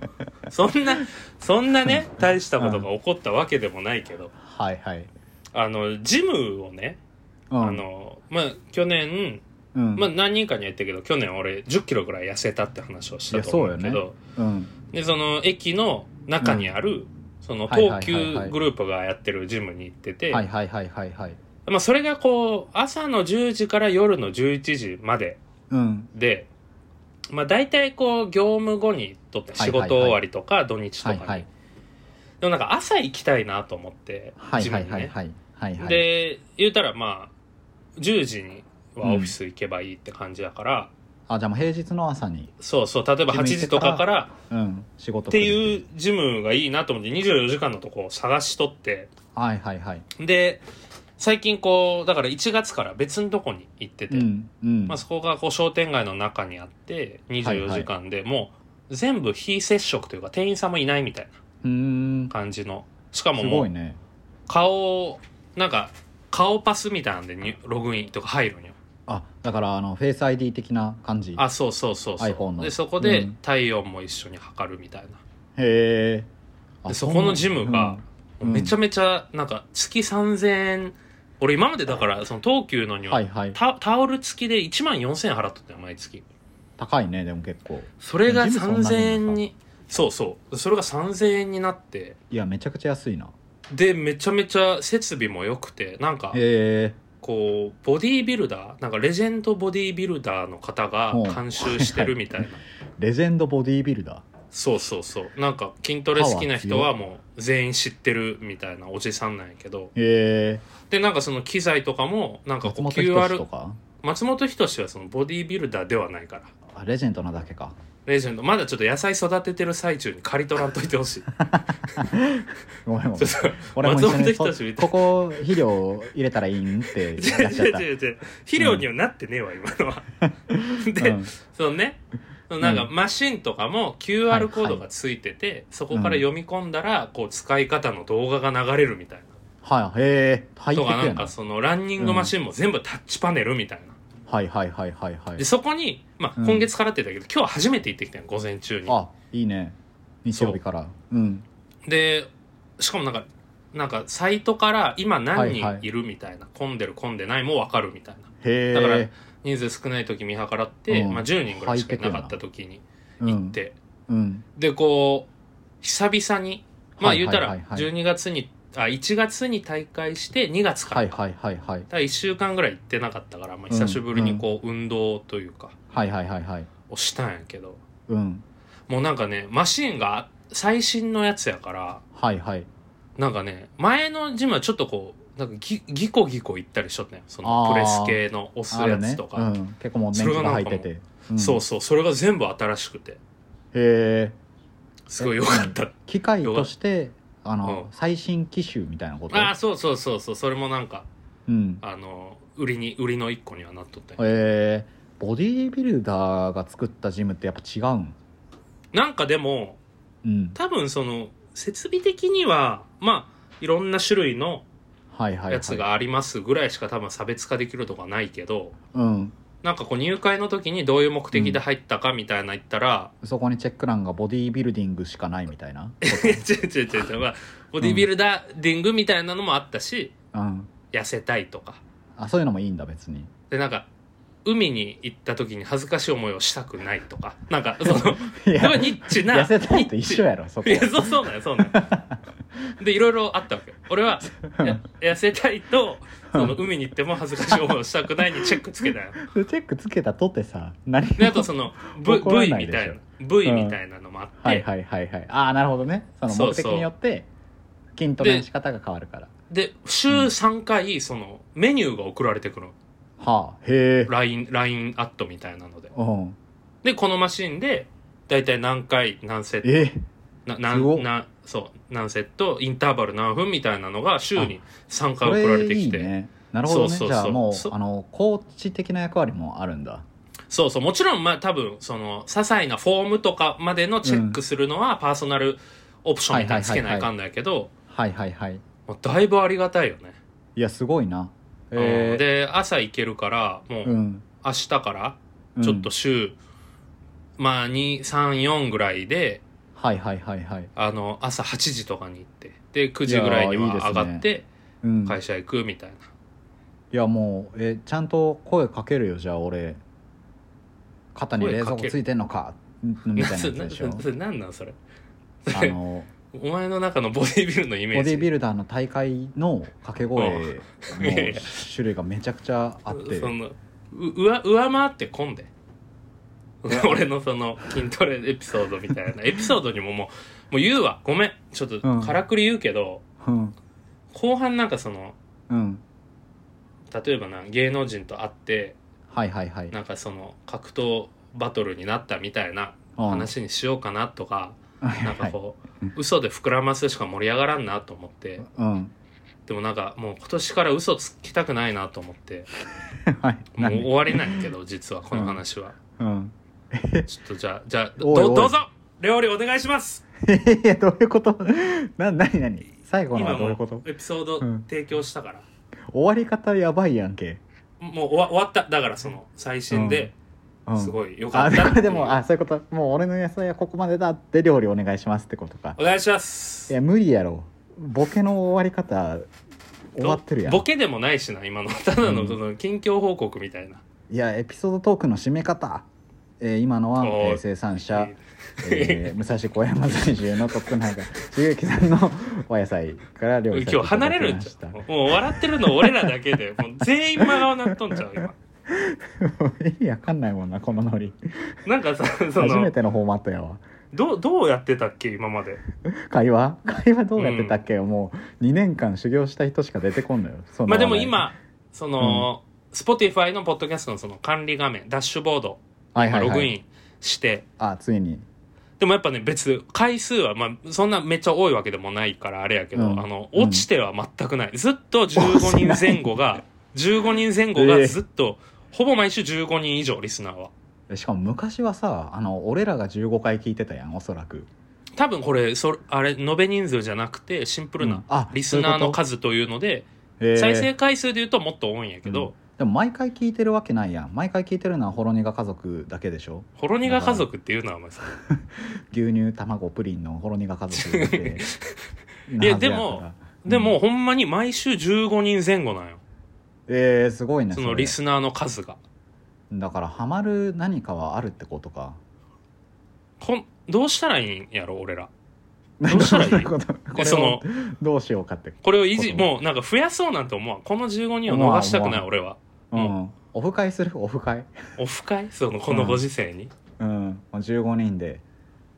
うそんなそんなね大したことが起こったわけでもないけど
はいはい、
あのジムをね、
うん、
あのまあ去年、
うん
まあ、何人かには言ったけど去年俺1 0キロぐらい痩せたって話をしたと思うんだけ
いやそう
ど
うん
でその駅の中にある、その
はい
東
はいはいは
急
い
グループがやってるジムに行ってて、
はいはいはいはいはい
まあ、それがこう朝の10時から夜の11時まで
うん
で、まあ、大体こう業務後にとって
は
仕
いはいはい
事終わりとか土日とか
は
に、
いはい
でもなんか朝行きたいなと思って
はい
ジ
は
ム
い
に
はい
ね
はいはいはい
で言うたらまあ10時にはオフィス行けばいいって感じだから、
あじゃあもう平日の朝に、
そうそう例えば
ジ
8
ム行って
時とか
か
から
うん、仕事
って
う
いうジムがいいなと思って24時間のとこを探しとって
はいはいはい
で最近こうだから1月から別のとこに行ってて、
うんうん
まあ、そこがこう商店街の中にあって24時間でもう全部非接触というか店員さんもいないみたいな
うーん
感じのしかも
す
も
ごいうね
顔なんか顔パスみたいなんでにログインとか入るんよ
あだからあのフェイス ID 的な感じ
あそうそうそうそう
iPhone の
でそこ
う
で
ん
体温も一緒に測るみたいな、
へえ
でそこのジムが、
うん
めちゃめちゃなんか月3000円俺今までだからその東急のに
うん
は、
はいはい
タタオル付きで1万4000円払っとったよ毎月
高いねでも結構
それが
ジムそんな
3000円
もん
にそうそうそれが3000円になって
いやめちゃくちゃ安いな
でめちゃめちゃ設備も良くてなんか
へえ
こうボディービルダーなんかレジェンドボディービルダーの方が
うん
監修してるみたいな
レジェンドボディービルダ
そうそうそうなんか筋トレ好きな人はもう全員知ってるみたいなおじさんなんやけど
ーへえ
でなんかその機材とかもなんか
松
こう
本人志と
QR
か
松本人志はそのボディービルダーではないから
あレジェンドなだけか
レジェンドまだちょっと野菜育ててる最中に刈り取らんといてほしい
ごめ んごめん
ちょっと
俺も一緒に
松本人志みたい
ここ肥料を入れたらいいんって
違
や
う
っちゃ
違
っ
う
た
違う違う肥料にはなってねえわ、今のはで、
うん
そのねそのなんか
う
マシンとかも
はいは
QR
い
コードがついてて、そこから読み込んだら、こう使い方の動画が流れるみたい
はいへえ
な
入って
と
く
かな
や
ん
な
かそのランニングマシンも全部タッチパネルみたいな、
はいはいはいはいはい
でそこに、まあ、
うん
今月からって言ったけど、今日初めて行ってきたの午前中に
あいいね日曜日からうん
でしかもなんかなんかサイトから今何
はい
人
はい
いるみたいな、混んでる混んでないも分かるみたいな
へえ
だから人数少ない時見計らって、
うん
まあ、10人ぐらいしかいなかった時に行って、
うん、うん
でこう久々にまあ
はい
言う
は
た
いはい
ら
はい
12月に、あ1月に大会して2月から,、
はいはいはいはい
だから1週間ぐらい行ってなかったから、まあ、久しぶりにこう運動というか
はいはいはいはい
をしたんやけど
うん
もうなんかねマシンが最新のやつやから
はいはい
なんかね前のジムはちょっとこうなんかギギコギコ行ったりしとったんやそのプレス系の押す
あ
や
る
つ
ね
とか、
うん結構もう年季が入っててん
そうそうそれが全部新しくて
へえ
すごい良かった
機械としてあ
う
の
ん
最新機種みたいなこと
ああそうそうそうそうそれもなんか
うん
あの売りに売りの一個にはなっとったんや
えー、ボディービルダーが作ったジムってやっぱ違うん
なんかでも
うん
多分その設備的にはまあいろんな種類の
はいはいはい
やつがありますぐらいしか多分差別化できるとかないけど
うん
なんかこう入会の時にどういう目的で入ったかみたいな言ったら、
そこにチェック欄がボディービルディングしかないみたいな
違う違う違う違うまあボディビルダーディングみたいなのもあったし
うん
痩せたいとか
あそういうのもいいんだ別に
でなんか海に行った時に恥ずかしい思いをしたくないとかなんかその
い
でも
や
ニッチな
痩せたいと一緒やろそこ
いやそうそうなんよそうなんよ でいろいろあったわけよ俺はや痩せたいとその海に行っても恥ずかしい思いをしたくないにチェックつけた よ
チェックつけたとてさ何
であとその V
怒ら
V
な
み
いで
た
し
い
ょ
な V みたいなのもあって、
はいはいはいはいああなるほどねその
そう
目的
そう
によって筋トレ
で
の仕方が変わるから
で週3回そのメニューが送られてくるの
はあへえ
LINE ラインアットみたいなので
うん
でこのマシンで大体何回何セット
え
な
すご
何
っ
なそう何セットインターバル何分みたいなのが週に3回
こ
送られ
れ
て
い
き
い
て
ねなるほどね
そうそうそう
じゃあもう
そ
あのコーチ的な役割もあるんだ
そうそうもちろんまあ多分その些細なフォームとかまでのチェックするのはパーソナルオプションみたいにつけないかんのやけど
はいはいはい
もうだいぶありがたいよね、
いやすごい
う
な
ん
え
で朝行けるからも
ーう
うん明日から
うん
ちょっと週、まあ234ぐらいで
はいはいはいはい
あの朝8時とかに行ってで9時ぐらいに
いやーいいで
は
すね
上がって
うん
会社行くみたいな、
いやもうえちゃんと声かけるよじゃあ俺肩に冷蔵庫ついてんのかんみたいなやつでしょ
なそれなんなんそれ
あの
お前の中のボディビル のイメー
ボ
ジ
ディービルダーの大会の掛け声
う
の
いやいや
種類がめちゃくちゃあって
そのう上上回って混んで 俺のその筋トレエピソードみたい なエピソードにももうもう言うわごめんちょっと
うん
からくり言うけど、
うん
後半なんかその
うん
例えばな芸能人と会って
はいはいはい
なんかその格闘バトルになったみたいな話にしようかなとか、
うんはい
なん
は
か
い
こう、嘘で膨らますしか盛り上がらんなと思って
うん
でもなんかもう今年から嘘つきたくないなと思って
はい
もう
何
終われないけど実はこの話は。
うん
ちょっとじゃあ、じゃあ、
おいお
ど
い
どうぞ料理お願いします
いやどういうこと な何何最後のはどういうこと
エピソード
うん
提供したから、
終わり方やばいやんけ、
もう終わ終わっただからその最新で
うん、
すごいよか
あ
った、
これでもあそういうこともう俺の野菜はここまでだって料理お願いしますってことか
お願いしま
い
す
や無理やろボケの終わり方終わってるやん
ボケでもないしな今のただ
う
の
ん
その近況報告みたいな、
いやエピソードトークの締め方、えー今のは、
おー
えー生産 者、えー武蔵小山在住のトップナイガー重之さんの お野菜から料理させて
今日
いた
離れ
だき
るん
ま
ち
し
ゃ
た
うもうもう笑ってるの俺らだけでもう全員真顔なっとんちゃう 今
意味わかん ないもんなこのノリ
なんかさそ
初め
の
てのフォーマットやわ
どうどうやってたっけ今まで
会話会話どうやってたっけ、もう2年間修行した人しか出てこんのよその
まあでも
話題
今その、Spotify のポッドキャストのその管理画面ダッシュボード
はいはいはい
ログインして、
あついに
でもやっぱね別回数はまあそんなめっちゃ多いわけでもないからあれやけど、
うん
あの
うん
落ちては全くない、ずっと15人前後 が15人前後
え
が
え
ずっと、ほぼ毎週15人以上リスナーは
でしかも昔はさあの俺らが15回聞いてたやんおそらく
多分これそあれ延べ人数じゃなくてシンプル
うん
な
あ
リスナーの
そう
数というので、
いうことへえ
再生回数で言うともっと多いんやけど、
でも毎回聞いてるわけないやん毎回聞いてるのはほろ苦家族だけでしょ
ほろ苦家族っていうのはまず
牛乳卵プリンのほろ苦家族 だけ
いやでもでも、ほんまに毎週15人前後なんよ
ええー、すごいね
そ
そ
の
れ
リスナーの数が。
だからハマる何かはあるってことか
こんどうしたらいいんやろ俺らどうしたらい い
どういうことこれを
その
どうしようかって
これを維
こ
持
とね
もうなんか増やそうなんて思わんこの15人を逃したくない
まあ
俺は
う
うん
オフ会するオフ会
オフ会そのこのご時世に、
うんもう15人で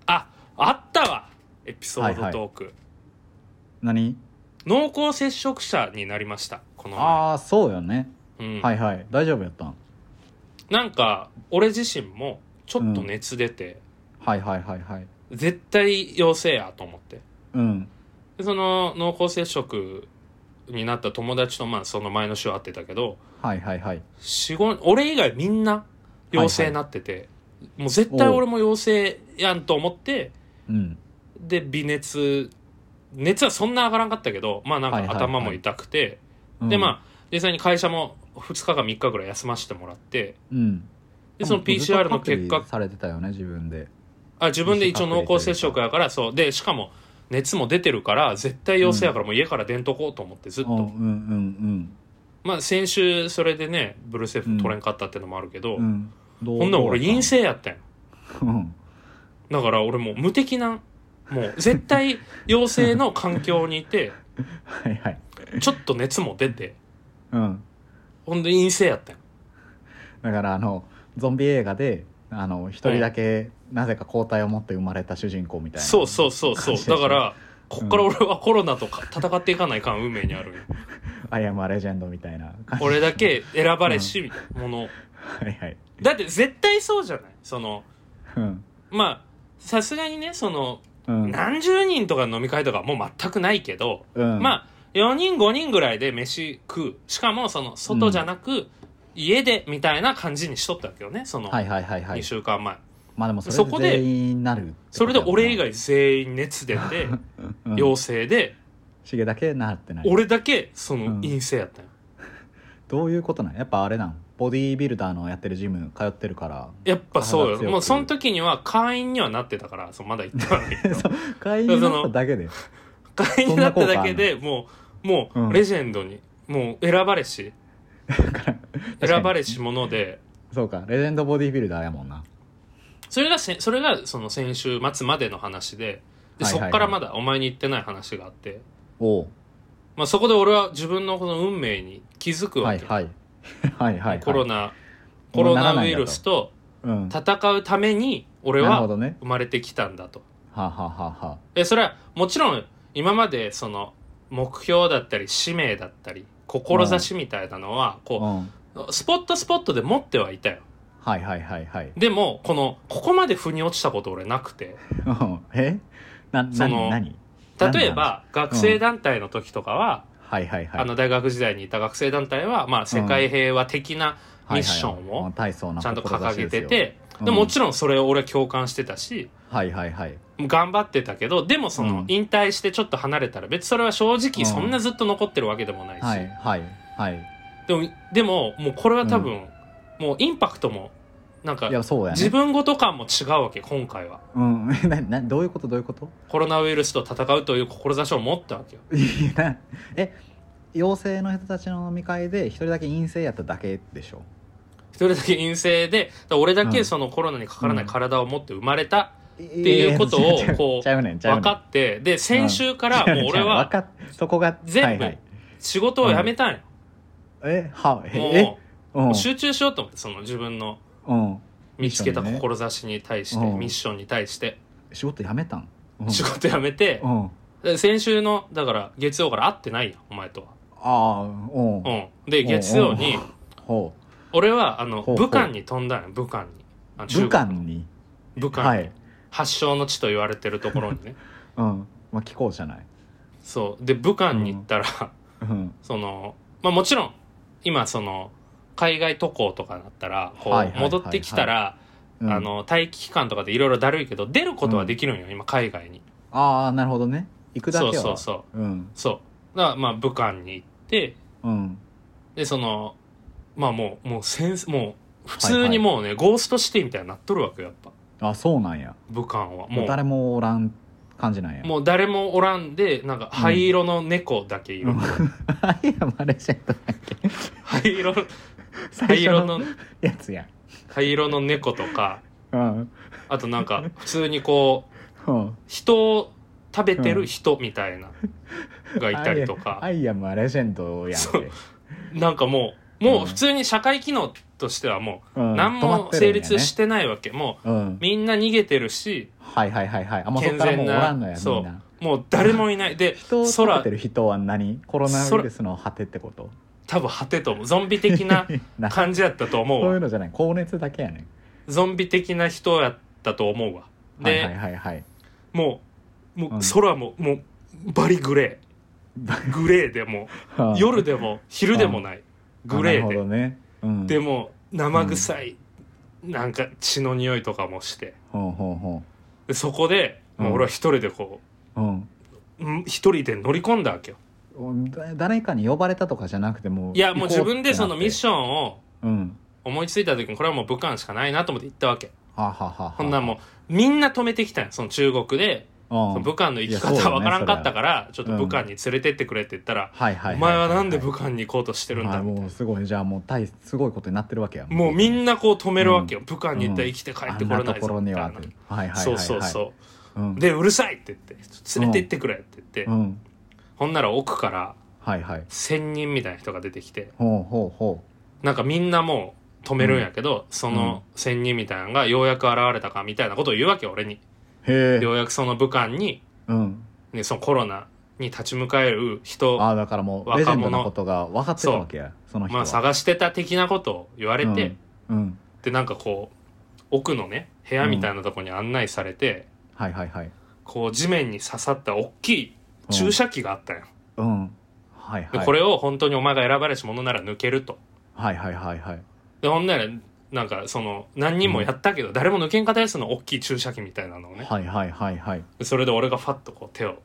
ああったわエピソードトーク、
何
濃厚接触者になりましたこの前
ああそうよね、
うん
はいはい大丈夫やったん
なんか俺自身もちょっと熱出て、
はいはいはいはい
絶対陽性やと思って
うん
でその濃厚接触になった友達とまあその前の週会ってたけど
はいはいはい
四五俺以外みんな陽性になってて、もう絶対俺も陽性やんと思って
うん
で微熱熱はそんな上がらんかったけどまあなんか
はいはいはい
頭も痛くて、
うん
でまあ実際に会社も2日か3日ぐらい休ませてもらって
うん
でその PCR の
ず
結
っと隔
果
離されてたよね自分で
あ自分で一応濃厚接触やからそうでしかも熱も出てるから絶対陽性やからもう家から出んとこうと思ってずっと、
うんうんうん
まあ先週それでねブルーセーフ取れんかったってのもあるけど、
うんうんどう
ほんなら俺
どうや
陰
った
性やったんよ
うん
だから俺もう無敵なもう絶対陽性の環境にい て
はいはい
ちょっと熱も出て
うん
ほんで陰性やったんよ
だからあのゾンビ映画であの一人だけなぜか抗体を持って生まれた主人公みたいな、
そうそうそうそう
感じでし
だ
ょ
からこっから俺はコロナとか戦っていかないかん運命にあるんよ
アイアムアレジェンドみたいな感じ
俺だけ選ばれしみたいなもの
はいはい
だって絶対そうじゃないその
うん
まあさすがにねその
うん
何十人とか飲み会とかもう全くないけど、
うん
まあ4人5人ぐらいで飯食うしかもその外じゃなく家でみたいな感じにしとったわけよねその
はいはいはいは
2
い
週間前、
まあでもそ
そ
れ
こで
で全員なる
それで俺以外
外
全員熱出 て陽
よ
性で
しげだけなってない
俺だけそ
うん
の陰性やったよ
どういうことなんやっぱあれなんボディービルダーのやってるジム通ってるから
やっぱそう
体強
よ
く
もうその時には会員にはなってたからそうまだ行っては ないけど
会員になっただけで
会員になっただけでもうも
うん
うレジェンドに、もう選ばれ し
に
選ばれし者で
そうかレジェンドボディービルダーやもんな
それがせそれがその先週末までの話でで、
はいはい
そ
はい
っからまだお前に言ってない話があって、
おう
まあ、そこで俺は自分のこの運命に気づく
は
わ
い
け、
はい はいはいはい
コロナ
も
コ
う
ロ
なら
ナ
な
ウ
いん
イ
だと
ルスと
うん
戦うために俺
なるほ
は
どね
生まれてきたんだと
はあはあはあはあ
えそれはもちろん今までその目標だったり使命だったり志みたいなのはこ
うん
うスポットスポットで持ってはいたよ
はいはいはいはい
でもこのここまで腑に落ちたこと俺なくて
うんえなな
その
何
例えば学生団体の時とかは、
はいはいはい
あの大学時代にいた学生団体は、まあ、世界平和的なミッションを
大層な
ちゃんと掲げて
志ですよ
て、
うん
でもちろんそれを俺は共感してたし
はいはいはい
頑張ってたけどでもその
うん
引退してちょっと離れたら別にそれは正直そんなずっと残ってるわけでもないし、
はいはいはい
でもでももうこれは多分、もうインパクトもなんか
いやそうやね
自分ごと感も違うわけ今回は
うん えななどういうことどういうこと
コロナウイルスと戦うという志を持ったわけよ
いやな え陽性の人たちの飲み会で一人だけ陰性やっただけでしょ
一人だけ陰性でだから俺だ
う
け
ん
そのコロナにかからな
う
い
ん
体を持って生まれた
って
いうことをこう
ちゃうねんちゃうね
分
ん
かってで先週からもう俺は
ちゃうねんちゃうねん分かっそこがは
全
い
部
はい
仕事を辞めたんよ
えはえ
も
えうん
う集中しようと思ってその自分の
うん
見つけた
ミッションに
志に
ね
対して
うん
ミッションに対して
仕事辞めたんうん
仕事辞めて
うんあ
で先週のだから月曜から会ってないよお前とは
あーうん
うん、で月曜に
ほう
俺はあの
ほうほう
武漢に飛んだんよ武漢にあの中
武
国
漢に
武漢に、
はい
発祥の地と言われてるところ にね
うんまあ聞こうじゃない
そうで武漢に行ったら、
うん
そのまあもちろん今その海外渡航とかだったらこ
はいはい
う
はいはい
戻ってきたら
うん
あの待機期間とかでいろいろだるいけど出ることはできるんよ、今海外に
ああなるほどね行くだけ
そ
は
うそうそう
うん
そうだからまあ武漢に行って
うん
でそのまあもうもうせんもう普通にもうね、ゴーストシティみたいになっとるわけよやっぱ
あそうなんや
武漢は
も
も
う
う
誰もおらん感じなんや
もう誰もおらんでなんか灰色の猫だけいる、
うんあいやマレーシアとだっけ
灰色
最
灰色
初の
の
やつや
灰色の猫とか
うん
あとなん か普通にこう
うん
人を食べてる人みたいながいたりと
ア
か、
イアムはレジェンドやん
そう
て、
なんかもうもう普通に社会機能としてはも
うん
う何も成立し、てないわけ、も
止まってるんやね
うみんな逃げてるし
うん、はいはいはいはいあもうそっからもうおらんのや
健全な
みんな
もう誰もいないで
人を食べ
空
てる人は何コロナウイルスの果てってこと
多分果てと思うゾンビ的な
な
感じやったと思う
そういう
わ
のじゃない高熱だけやね
ゾンビ的な人やったと思うわで、
はいはいは いはい
もうもう
うん
空ももうバリグレーグレーでも
うん
夜でも昼でもないグレー
あなる
で
ほどねうん
でも生臭い、なんか血の匂いとかもして
ほうほうほ
でそこで、もう
うん
俺は一人でこ
ううん
ううん一人で乗り込んだわけよ
だ誰かに呼ばれたとかじゃなくても
いやもう自分でそのミッ
ョ
ションを
ンうん
思いついた時にこれはもう武漢しかないなと思って行ったわけ
はあはあはあはあ
こんなんもうみんな止めてきたんよその中国で、
うん
その武漢の行き
いやそう
方
だね
わからんかったから、ちょっと武漢に連れてってくれって言ったら、
はいはい
お前はなんで武
っ
漢に行こうとしてるんだ
もうすごいじゃあもう大すごいことになってるわけや
もうみ
なん
なこう止めるわけよ、武漢に行ったら
うん
生きて帰
あ
って
ん
これな
なと
い
こ
ぞ
ろに
みたい
は
な
はいはいはいはい
そうそうそう、
うん
でうるさいって言って連れて行ってくれって言って、
うん
ほんなら奥から
はいはい
1,000人みたいな人が出てきて
ほうほうほ
なんかみんなもう止めるんやけど、その1,000人みたいなのがようやく現れたかみたいなことを言うわけよ俺に
うへえ
ようやくその武漢に、
うん
ね、そのコロナに立ち向かえる人
ああだからもうレジェンドのことが分かってたわけやその人
ま
は
あ探してた的なことを言われて、
うんうん
でなんかこう奥のね部屋みたいなとこに案内されて、
はいはいはい
こう地面に刺さった大きい注射器があったよ、
うんはい
で
はい
これを本当にお前が選ばれし者なら抜けると
はいはいはいはい
でほんならなんかその何人もやったけど、誰も抜けんかったやつの大きい注射器みたいなのをね
はいはいはいはい
でそれで俺がファッとこう手を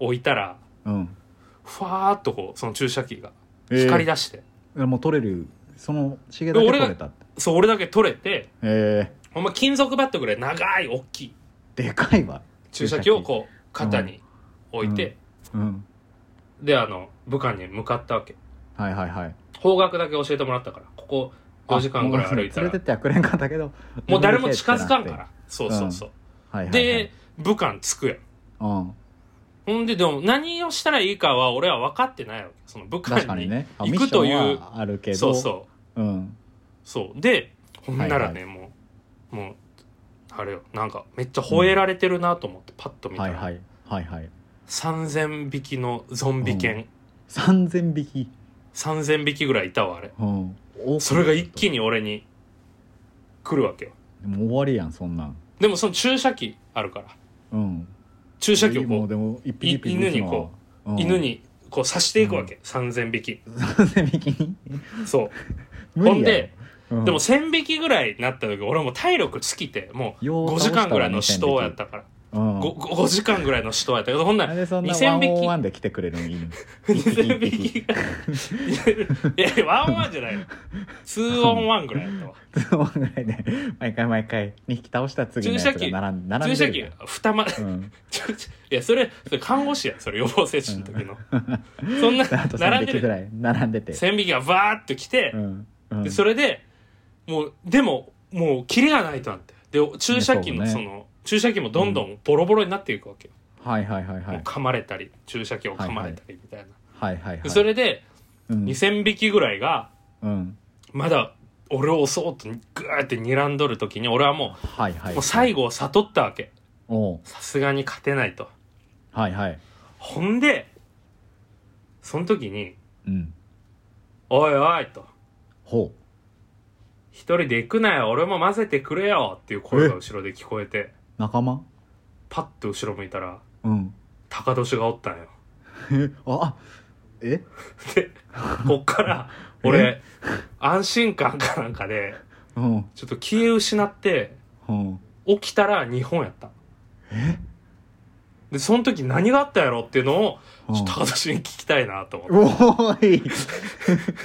置いたら
うん
ふわーっとこうその注射器が
ええ
光り出して、
もう取れるそのチゲだけ取れたって
そう俺だけ取れて
え
ほんま金属バットぐらい長い大きい
えでかいわ
注射器をこう肩に置いて、
うん
であの武漢に向かったわけ
はいはいはい
方角だけ教えてもらったからここ4時間ぐらい歩いた
あもう連れ
ら
てってはくれんかったけど
もう誰も近づかんからそうそうそう、
はいはいはい
で、武漢着くやん。
うん、
ほんで、でも何をしたらいいかは俺は分かってないわけ。その武漢
確かに
に。
ねあ
行くという
ミッションはあるけど
そうそう。
う、うん、
そう。で、ほんならね、もう、もう、あれよ、なんかめっちゃ吠えられてるなと思って、パッと見た
はい
ら、
はいはいはい
3000匹のゾンビ犬、
3000匹、
3000匹ぐらいいたわ、あれ。
うん、
それが一気
に
に俺に来るわけよ。
もう終わりやんそんなん
でもその注射器あるから、
うん
注射器を
もう
こ
でも一匹一匹
い犬にこ
う、
う、犬にこう刺していくわけ。3000匹。
3000匹に
そう。
無
ほ
理
ん
や
で、
ろ、うん
でも1000匹ぐらいになった時俺もう体力尽きてもう
よ
5
う
時
倒
間
したわ
ぐらいの死闘やったから
うん、
5, 時間ぐらいの死闘やったけどほんな
な
ら
んでそんな
2000匹
101で来てくれるん犬一匹
2000
一
匹がいやワンワンじゃないよ2オンワンぐらいやったわ
そのぐらいで毎回毎回2匹倒したら次のやつ
注射器
が並ん並
注射
んでる
器
やん
2ま
うん、
いやそれそれ看護師やそれ予防接種の時のそんな
あと
並
3
んで
匹ぐ
る
らい並んでて、
1000匹がバーッと来て
うんうん、
でそれでもうでももうキレがないとなってで注射器
いや
の
そう
そ
ね
の注射器もどんどんボロボロになっていくわけよ
はいはいはいは
もう
い
噛まれたり注射器を噛まれたりみたいな、
はいはいはい
それで
うん
2,000匹ぐらいが
うんま
まだ俺を襲おうとグーって睨んどる時に俺はも
はいは
う
い
もう最後を悟ったわけ
おう
さすがに勝てないと
はいはい
ほんでその時に
うん
「おいおい」と
ほ
「一人で行くなよ俺も混ぜてくれよ」っていう声が後ろで聞こえて
仲間
パッと後ろ向いたら
うん
高年がおったんよ
えああえ
でこっから俺安心感かなんかで
うん
ちょっと気を失って
うん
起きたら日本やった
え
でその時何があったやろっていうのを
う
ちょ
ん
っと高年に聞きたいなと思って
おい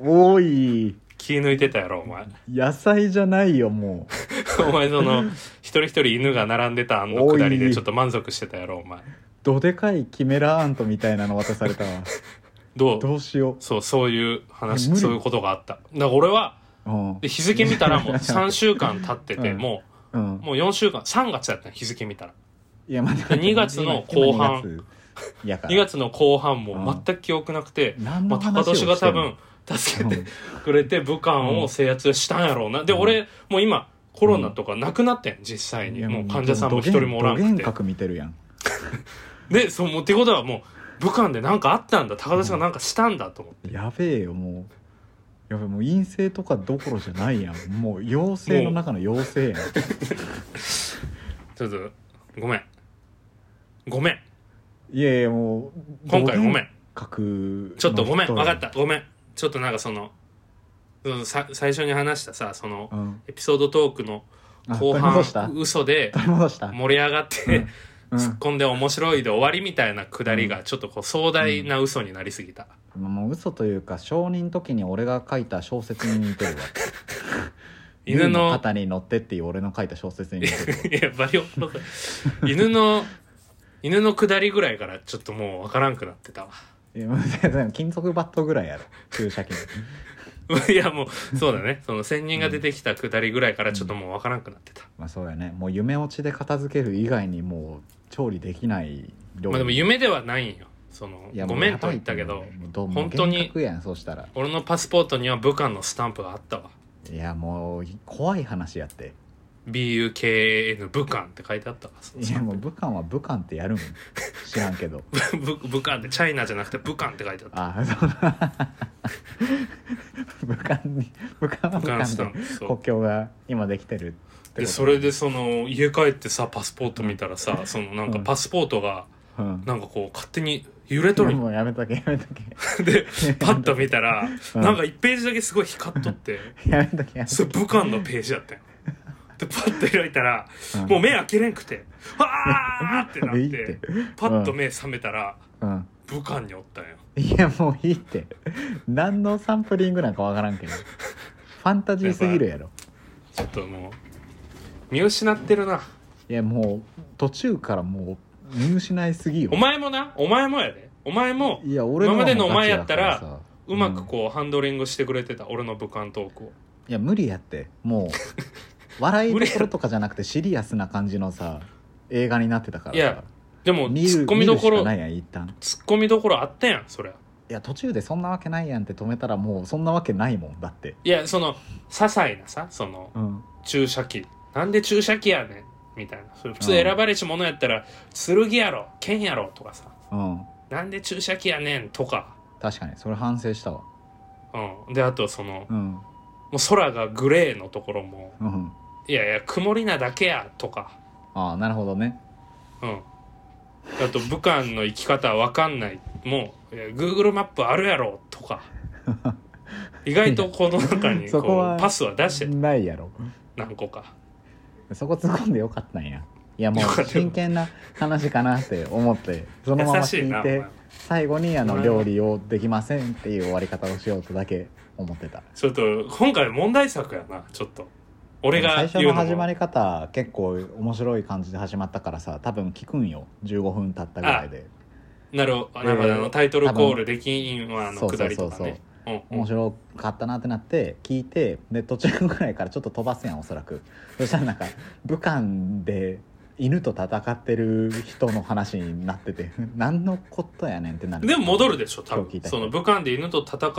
おい
気抜いてたやろお 前
野菜じゃないよも
お前その一人一人犬が並んでたあのくだりでちょっと満足してたやろお前
うどでかいキメラアントみたいなの渡されたわ
どう
どうしよ
そうそういう
え
話
無理
そういうことがあっただから俺は
ううん
で日付見たら もう3週間経ってて、
うん
も
うん
うもう4週間3月だったの日付見たら
いや待って
で2月の後 半
今今2月やから
2月の後半
う
も
ん
全く記憶なくて、
何
ま
の
あ、高
話を
年が
して
多
んの
分助けてくれて武漢を制圧したんやろうな、で
うん
俺もう今コロナとかなくなってん実際
うんい
に
や
もう患者さんも一人もおらん
ど
く
げん
て
どげん角見てるやん
でそうもうってことはもう武漢で何かあったんだ高年が何かしたんだと思って、
やべえよもうやべえもう陰性とかどころじゃな いやんもう陽性の中の陽性やん
ちょっとごめんごめん
いやいやもう
今回ごめん
角
ちょっとごめん分かっ
った
ごめんちょっとなんかそのそのさ最初に話したさその
た、うん、
エピソードトークの
あ
後
取り
半
戻した
嘘で
取り戻した、
盛り上がって、
う
突っ込んで面白いで終わりみたいなくだりがちょっとこう壮大な嘘になりすぎた、
ん、もう嘘というか承認時に俺が書いた小説に似てるわ
犬の
肩に乗ってっていう俺の書いた小説に似 てる
いやバ
わ
リオン犬の犬のくだりぐらいからちょっともう分からんくなってたわ
いやもう全然金属バットぐらいやろ注射器の
いやもうそうだねその仙人が出てきたくだりぐらいからちょっともう分からんくなってた、
まあそうやねもう夢落ちで片付ける以外にもう調理できない料理
まあでも夢ではないんよその
いやも
ご
う
め
や
んと
ば
はい言
っ
った
て
け
も
ど
うどう
本当に
もう幻覚やんそうしたら
俺のパスポートには武漢のスタンプがあったわ
いやもう怖い話やって
BUKN 武漢って書いてあったわその
い
スタ
や
ン
も
プ
う武漢は武漢っ てやるん知らんけど
武武漢ってチャイナじゃなくて武漢って書いてあった
ああそう な武漢に武漢
武
は武
漢
漢
スタン
で
プそう
国境が今できてるってこと
でそれでその家帰ってさパスポート見たらさそのなんか
うん
パスポートが
うん
なんかこう勝手に揺れとる
もうやめとけやめとけ
でパッと見たら
うん
なんか1ページだけすごい光っとって
やめとけやめと
それ武漢のページだったよでパッと開いたら
け、ん
もう目開けれんく て「わー!」ってなっ
いいってて
パッと目覚めたら
うん
武漢におったんよ
いやもういいって何のサンプリングなんかわからんけどファンタジーすぎるやろ
ちょっともう見失ってるない
やもう途中からもう見失いすぎよ
お前もなお前もやでお前も
いや俺
今までの
はも
お前やったら
ガチだからさ
うまくこうハンドリングしてくれてた俺の武漢トークを
いや無理やって もう笑いどころとかじゃなくてシリアスな感じのさ映画になってたからさ
いやでも
見
ツ
る
ッコミどこ
見るし
ろ
かないやん一旦
ツッコミどころあったやんそりゃ
いや途中でそんなわけないやんって止めたらもうそんなわけないもんだって
いやその些細なさその
うん
注射器なんで注射器やねんみたいなそれ普通選ばれし者やったら剣やろ剣やろとかさ
うん
なんで注射器やねんとか
確かにそれ反省したわ
うんであとその
うん
もう空がグレーのところも
うん
いやいや曇りなだけやとか
ああなるほどね
うんあと武漢の生き方わかんないもういや Google マップあるやろと か意外とこの中にこ
そこは
うパスは出してる
ないやろ
何個か
そこ突っ込んでよかったんやいやも
よか
う
ったよ
真剣な話かなって思ってそのまま
優しい
聞
ないお前
て最後にあ
う
の
ん
料理をできませんっていう終わり方をしようとだけ思ってた
ちょっと今回問題作やなちょっと俺が
最初
言う
の
の
始ま
も
り方結構面白い感じで始まったからさ多分聞くんよ15分経ったぐらいで
なるほどなるほ
え
ど
ー
あのタイトルコールできんわの
そうそう
く
そ
だ
う
り
そ
と
う
かねうんう
面
ん
白かったなってなって聞いてで途中ぐらいからちょっと飛ばすやんおそらくそしたらなんか武漢で犬と戦ってる人の話になって て何のことやねんってなる
でも戻るでしょ多
今日聞
分
いた
その武漢で犬と戦う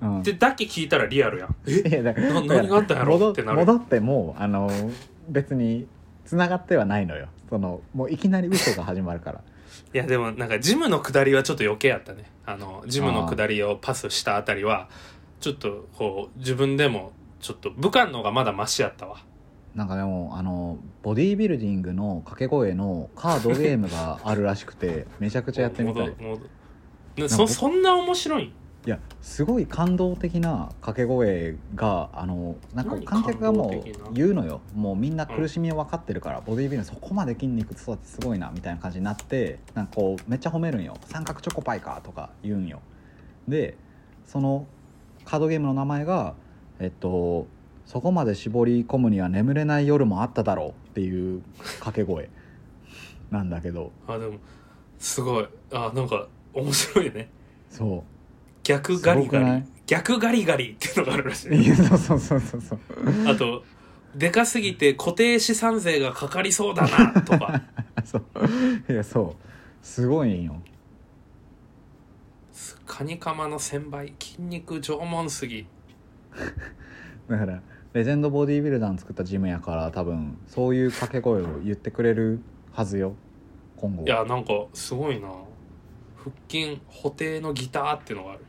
のってだけ聞いたらリアルやん、え
いやだから
な何があったんやろ
戻
ってなる
戻ってもあの別に繋がってはないのよそのもういきなり嘘が始まるから
いやでもなんかジムの下りはちょっと余計やったねあのジムの下りをパスしたあたりはちょっとこう自分でもちょっと武漢の方がまだマシやったわ
なんかでもあのボディービルディングの掛け声のカードゲームがあるらしくてめちゃくちゃやってみたい
もうもうねそそんな面白い
いやすごい感動的な掛け声があのなんか
何
観客がも
感動
う
的な
言うのよもうみんな苦しみを分かってるから、ボディービルのそこまで筋肉育てすごいなみたいな感じになってなんかこうめっちゃ褒めるんよ「三角チョコパイか」とか言うんよでそのカードゲームの名前がえっとそこまで絞り込むには眠れない夜もあっただろうっていう掛け声なんだけど
あでもすごいあなんか面白いね
そう
逆ガリ
すごくな
ガリ
い
逆ガリガリっていうのがあるらし
い
い
やそうそうそうそうそう
あとでかすぎて固定資産税がかかりそうだなと か
そういやそうすごいんよ
カニカマの1000倍筋肉縄文すぎ
だからレジェンドボディービルダーの作ったジムやから多分そういう掛け声を言ってくれるはずよ今後
いやなんかすごいな腹筋補定のギターっていうのがある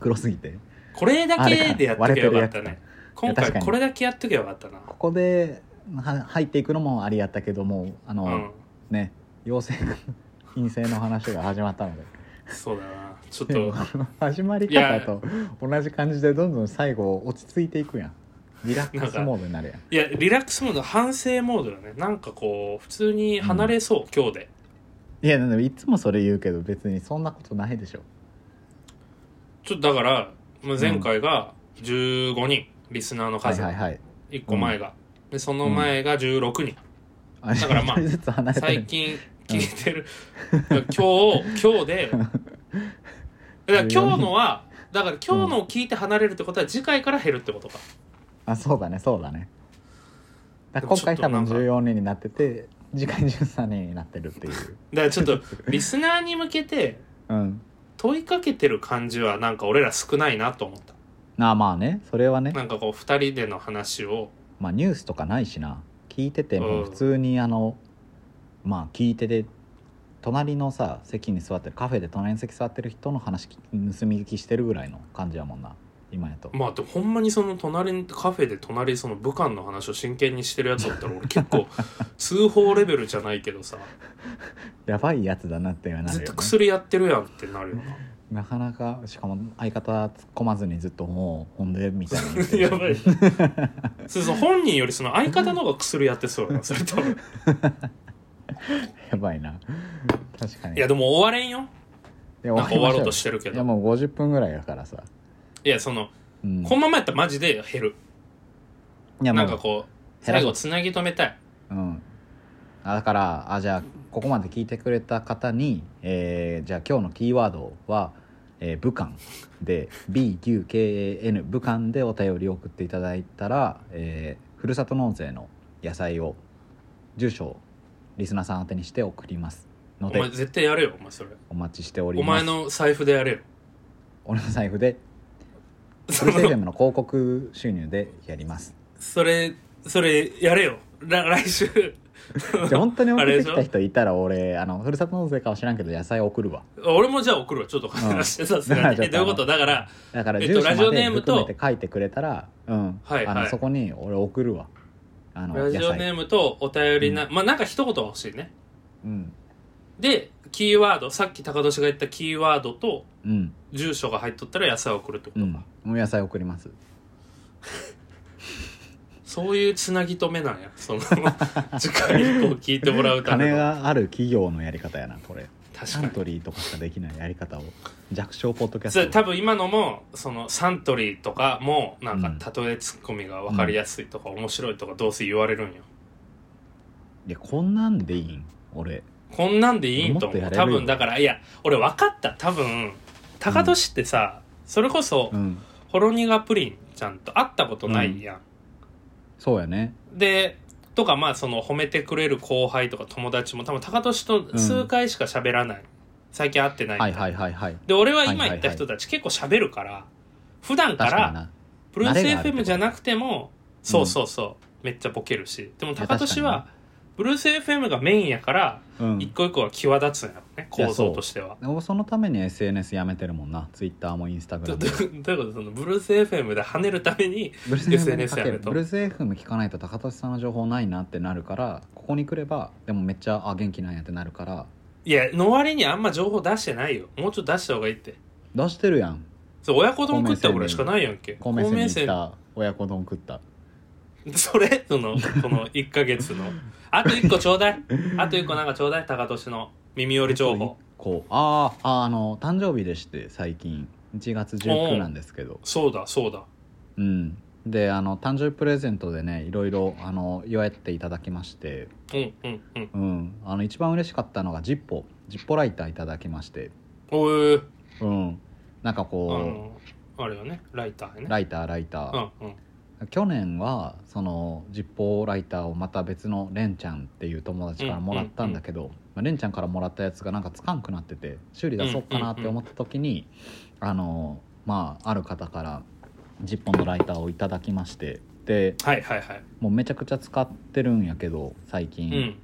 黒すぎて
これだけでやっとけばよかったね今
あれか割れてるやつだいや確
回
かに
これだけやっとけばよかったな
ここでは入っていくのもありやったけどもあの、
うん
ね陽性陰性の話が始まったので
そうだなちょっ
でも
と
あの始まり
いや
方と同じ感じでどんどん最後落ち着いていくやんリラックスモードになるやん
いやリラックスモード反省モードだねなんかこう普通に離れそう、今日で
いやでもいつもそれ言うけど別にそんなことないでしょ
ちょっとだからまあ前回が15人、リスナーの
はい
数、
はいはい
1個前が、でその前が16人、
あ
だからまあ
一人ずつ離れて
最
る
近聞いてる、今日今日でだから今日のはだから今日のを聞いて離れるってことは次回から減るってことか
あそうだねそうだねだ
で
か
も
ら今
ちょっ
回
と
多分
なんか
14人になってて次回13人になってるっ ていう
だからちょっ とリスナーに向けて
うん
問いかけてる感じはなんか俺ら少ないなと思った
あまあねそれはね
なんかこう2人での話を
まあニュースとかないしな聞いてて
う
も
ん
普通にあの、まあ聞いてて隣のさ席に座ってるカフェで隣の席座ってる人の話き盗み聞きしてるぐらいの感じやもんな今やと
まあでもほんまにその隣にカフェで隣その武漢の話を真剣にしてるやつだったら俺結 構通報レベルじゃないけどさ
やばいやつだなってはなる
絶
よ
対
ね
薬やってるやんってなるよな
なかなかしかも相方突っ込まずにずっともうほんでみたいな言って る
やば いそうそう本人よりその相方の方が薬やってそう やなそれ多分
やばいな確かに
いやでも終われんよ
いや
なんか終わろうと
し
してるけ
いや
ど
もう50分ぐらいだからさ、
いやその
うん、
このままやったらマジで減る
いやも
な
うん
かこう
減
最
らそう
後つなぎ止めたい
うん、あだからあじゃあここまで聞いてくれた方に、えーじゃあ今日のキーワードは「えー武漢」で 「BUKAN」武漢でお便りを送っていただいたら、えーふるさと納税の野菜を住所をリスナーさん宛てにして送りますの
お
で
前絶対やれよお前それ
お待ちしており
お
ます
前の財布でやれよ
俺の財布で
そ
フルセ
の
ムの広告収入でやります
それそれやれよら来週
じゃあ本当に送
あれ
っ
で
て
し
き
ょ
た人いたら俺あのふるさと納税かは知らんけど野菜送るわ
俺もじゃあ送るわちょっと話してさす がに
うん
えどういうことだから
だから
えっ
住
と
所ま
ラジオネ
で
ームと
含めて書いてくれたら、うん
はい
あ
は
の
い
そこに俺送るわあの
ラジオネームとお便りな、まあなんか一言は欲しいね
うん
でキーワードさっき高年が言ったキーワードと
うん
住所が入っとったら野菜を送るってこ
う
とか、
んもう野菜送ります
そういうつなぎ止めなんやその 次回以降聞いてもらうため
金
の
がある企業のやり方やなこれサ
確か
ン
に
トリーとかしかできないやり方を弱小ポッドキャ
そう
スト
多分今のもそのサントリーとかもなん
うん
か例えツッコミが分かりやすいとか面白いとかどうせ言われるんよ
いやこんなんでいいん俺
こんなんでいいんと
もっと
思
や
う
れるよ
多分だからいや俺分かった多分高年ってさ、それこそ、
うん
ホロニガプリンちゃんと会ったことないやん、
そうやね
でとかまあその褒めてくれる後輩とか友達も多分高年と数回しか喋らない、最近会ってない、
はいはいはいはい
で俺は今言った人たち結構喋るから、普段か
確かに
ら
な
プロレス
慣れがあるってこと
FM じゃなくてもそうそうそう、めっちゃボケるしでも高年
いや
はブルース FM がメインやから
うん
一個一個が際立つんやろね
いや
構造としては。
でもそのために SNS やめてるもんなツイッターもインスタグ
ど
ラム
どどういうことそのブルース FM で跳ねるために
ブルース FM に
SNS
かけ
や
る
めと
ブルース FM 聞かないと高田さんの情報ないなってなるからここに来ればでもめっちゃあ元気なんやってなるから
いやの割にあんま情報出してないよもうちょっと出した方がいいって
出してるやん
そう親子丼食ったぐらいしかないやんけ
公明線に行った親子丼食った
それそのこの1か月のあと1個ちょうだいあと1個なんかちょうだい高年の耳寄り情報
こうあーあーあの誕生日でして最近1月19なんですけど
そうだそうだ
うんであの誕生日プレゼントでねいろいろあの祝っていただきまして
うんうんうん
うんあの一番嬉しかったのがジッポジッポライターいただきまして
おえー、
うんなんか
あ
こ
のあれよねライターや
う
ね
ライターライター、
うんうん
去年はそのジッポーライターをまた別のレンちゃんっていう友達からもらったんだけど、まあ、レンちゃんからもらったやつがなんかつかんくなってて修理出そうかなって思った時に、あのまあある方からジッポーのライターをいただきましてで
はいはいはい
もうめちゃくちゃ使ってるんやけど最近、
うん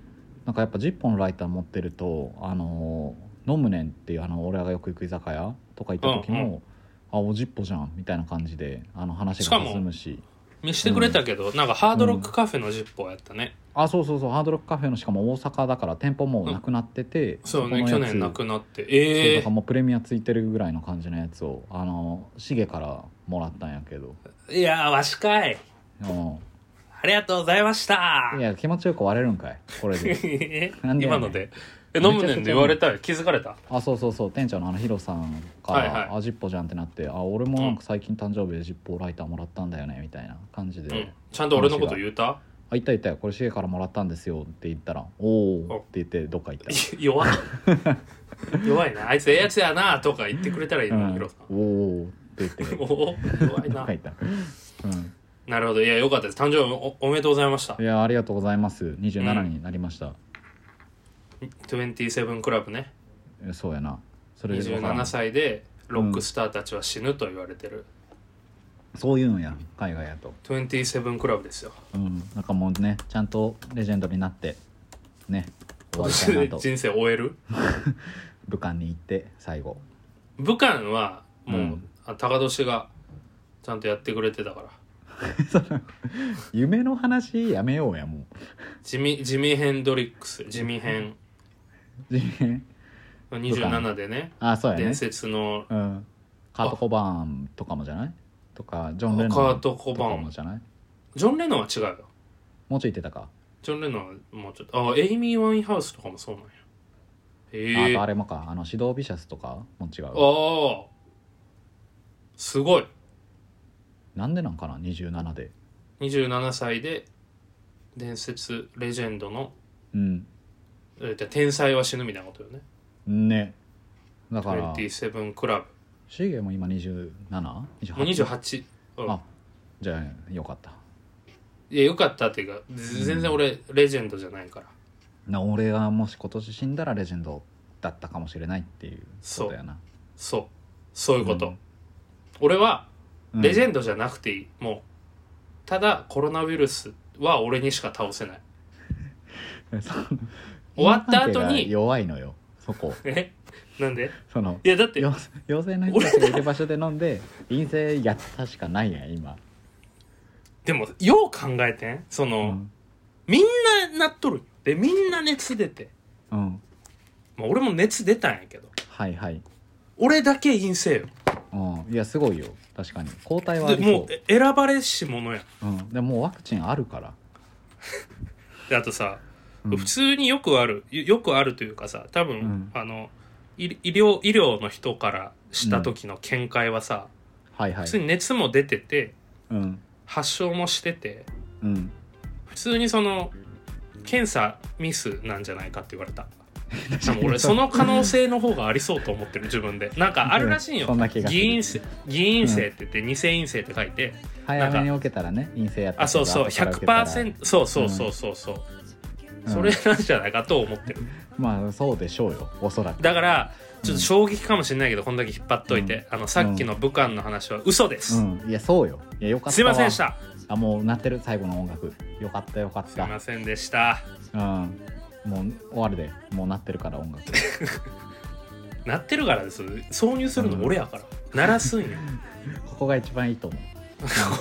なんかやっぱジッポーのライター持ってるとあの飲むねんっていうあの俺らがよく行く居酒屋とか行った時
うん
も「あおジッポじゃん」みたいな感じであの話
し
が
かも
弾むし。
見してくれたけど、なんかハードロックカフェのジッポーやったね、
あそうそうそうハードロックカフェのしかも大阪だから店舗もうなくなってて、
そうね
このやつ
去年なくなって
そう
ええ
だからもうプレミアついてるぐらいの感じのやつをあのシゲからもらったんやけど、
いやーわしかい
うん、
ありがとうございました
いや気持ちよく割れるんかいこれで
え
なんでや
今
ねん
のでえ飲むねんで言われたよ気づかれた
あそうそうそう店長のあのヒロさんから
はい
「
はい
あジッポじゃん」ってなって「あ俺もなんか最近誕生日でジッポライターもらったんだよね」みたいな感じで「
うん、ちゃんと俺のこと言うた
あいたいたよこれシゲからもらったんですよ」って言ったら「おお」って言ってどっか行った。
い 弱い弱いなあいつええやつやなとか言ってくれたらいいのにヒロさ
うん、おおって 言って
んおー弱い
どっ
な
か行った。うん
なるほどいやよかったです誕生日おおめでとうございました
いやありがとうございます
う
27
ん
になりました、
27クラブね
えそうやなそれわから
27
ん
歳でロックスターたちは死ぬと言われてる、
そういうのや海外やと
27クラブですよ
うんなんかもうねちゃんとレジェンドになってね終わりたいな
で
と
人生終える
武漢に行って最後
武漢はもう、
うん
あ高年がちゃんとやってくれてたから
夢の話やめようやも
ジミジミヘンドリックスジミヘン
う人間
27でね
あそうやね
伝説の
うんカート・コバーンとかもじゃないとかジョン・レノン
カートコバーン
とかもじゃない
ジョン・レノンは違うよ
もうちょい言ってたか、
ジョン・レノンはもうちょっとあエイミー・ワインハウスとかもそうなんやへ
ああ
え
とあ
あ
れもかあのシドービシャスとかも違う
あすごい
なんでなんかな27で
27歳で伝説レジェンドの
うん
えーじゃあ天才は死ぬみたいなことよね
ねだから
27クラ
シゲも今 27?28?
ブもう28、うん
あじゃあよかった
いやよかったっていうかぜ全然俺レジェンドじゃないから
な俺がもし今年死んだらレジェンドだったかもしれないっていうことやな
そうそういうこと、
うん
俺はレジ
ェン
ェンドじゃなくていい、もうただコロナウイルスは俺にしか倒せない
ド
終わった後に
弱いのよそこ
え なんで
その
いやだって
陽陽性の人たちがいる場所で飲んで陰性やったしかないやん今、
でもよう考えてんその、
うん
みんななっとるんよでみんな熱出て、
うん、
まあ、俺も熱出たんやけど
はいはい、
俺だけ陰性よ
うん、いやすごいよ確かに抗体は
で
ありそう
もうえ選ばれし者やん
うん、でもうワクチンあるから、
であとさ、
うん
普通によくあるよよくあるというかさ多分、
うん
あの医医療医療の人からした時の見解はさ、
はいは
普
い
通に熱も出てて
うん
発症もしてて
うん
普通にその検査ミスなんじゃないかって言われたでも俺その可能性の方がありそうと思ってる自分でなんかあるらしいん
そ
よ
んな気がする
偽陰性偽陰性って言って偽陰性って書いて
早めに受けたらね陰性やった
あそうそう
人が後から受けたら
100%そうそうそうそうそう
うん
それなんじゃないかと思ってる
まあそうでしょうよおそらく
だからちょっと衝撃かもしれないけどこんだけ引っ張っといてあのさっきの武漢の話は嘘で
う
す
んいやそうよいやよかったわ
すいませんでした
あもう鳴ってる最後の音楽よかったよかっ
すい
た
ませんでした
ううんもう終わるでもうなってるから音楽
なってるからです挿入するの俺やから、鳴らすんよ
ここが一番いいと思う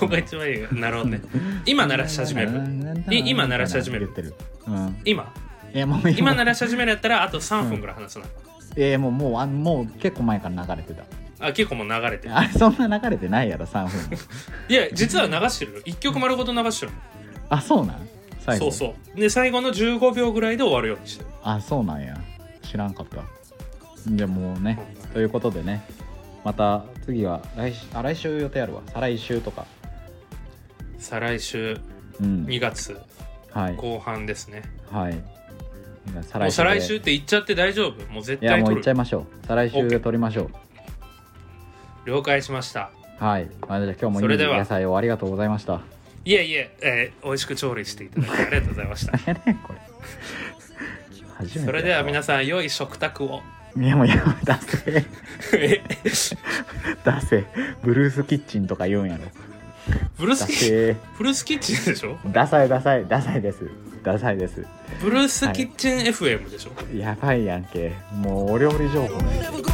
ここが一番いいよなるほどね今鳴らし始めるい今鳴らし始める
言ってる、うん、
今
いやもう
今鳴らし始めるやったらあと3分ぐらい話すな、
いやいやもうもうあもう結構前から流れてた
あ結構もう流れてる
あれそんな流れてないやろ3分も
いや実は流してる1曲丸ごと流してるもん
あそうなん最
そ
後
うそうで最後の15秒ぐらいで終わるようにしてる
あそうなんや知らんかったじゃあもうね
うん
ということでねまた次は来週あ来週予定あるわ再来週とか
再来週
うん
2月
はい
後半ですね
はい再
もう再
で
来週って言っちゃって大丈夫もう絶
いや
対
もう
取
行っちゃい
る
ましょう再来週で撮りましょう
了解しました
はい、まあ、じゃあ今日もい
それ
い
では
野菜をありがとうございました
いえいええー美味しく調理していただきありがとうございました
これ初めて
それでは皆
さ
さん良い食卓 を
んいやもうやめだせ
え
だせブルースキッチンとか言うんやろ
ブルース
だ
キッ
せ
ブルースキッチンでしょ
ダサいダサいダサいですダサいです
ブルースキッチン FM でしょ、
やばいやんけもうお料理情報
Never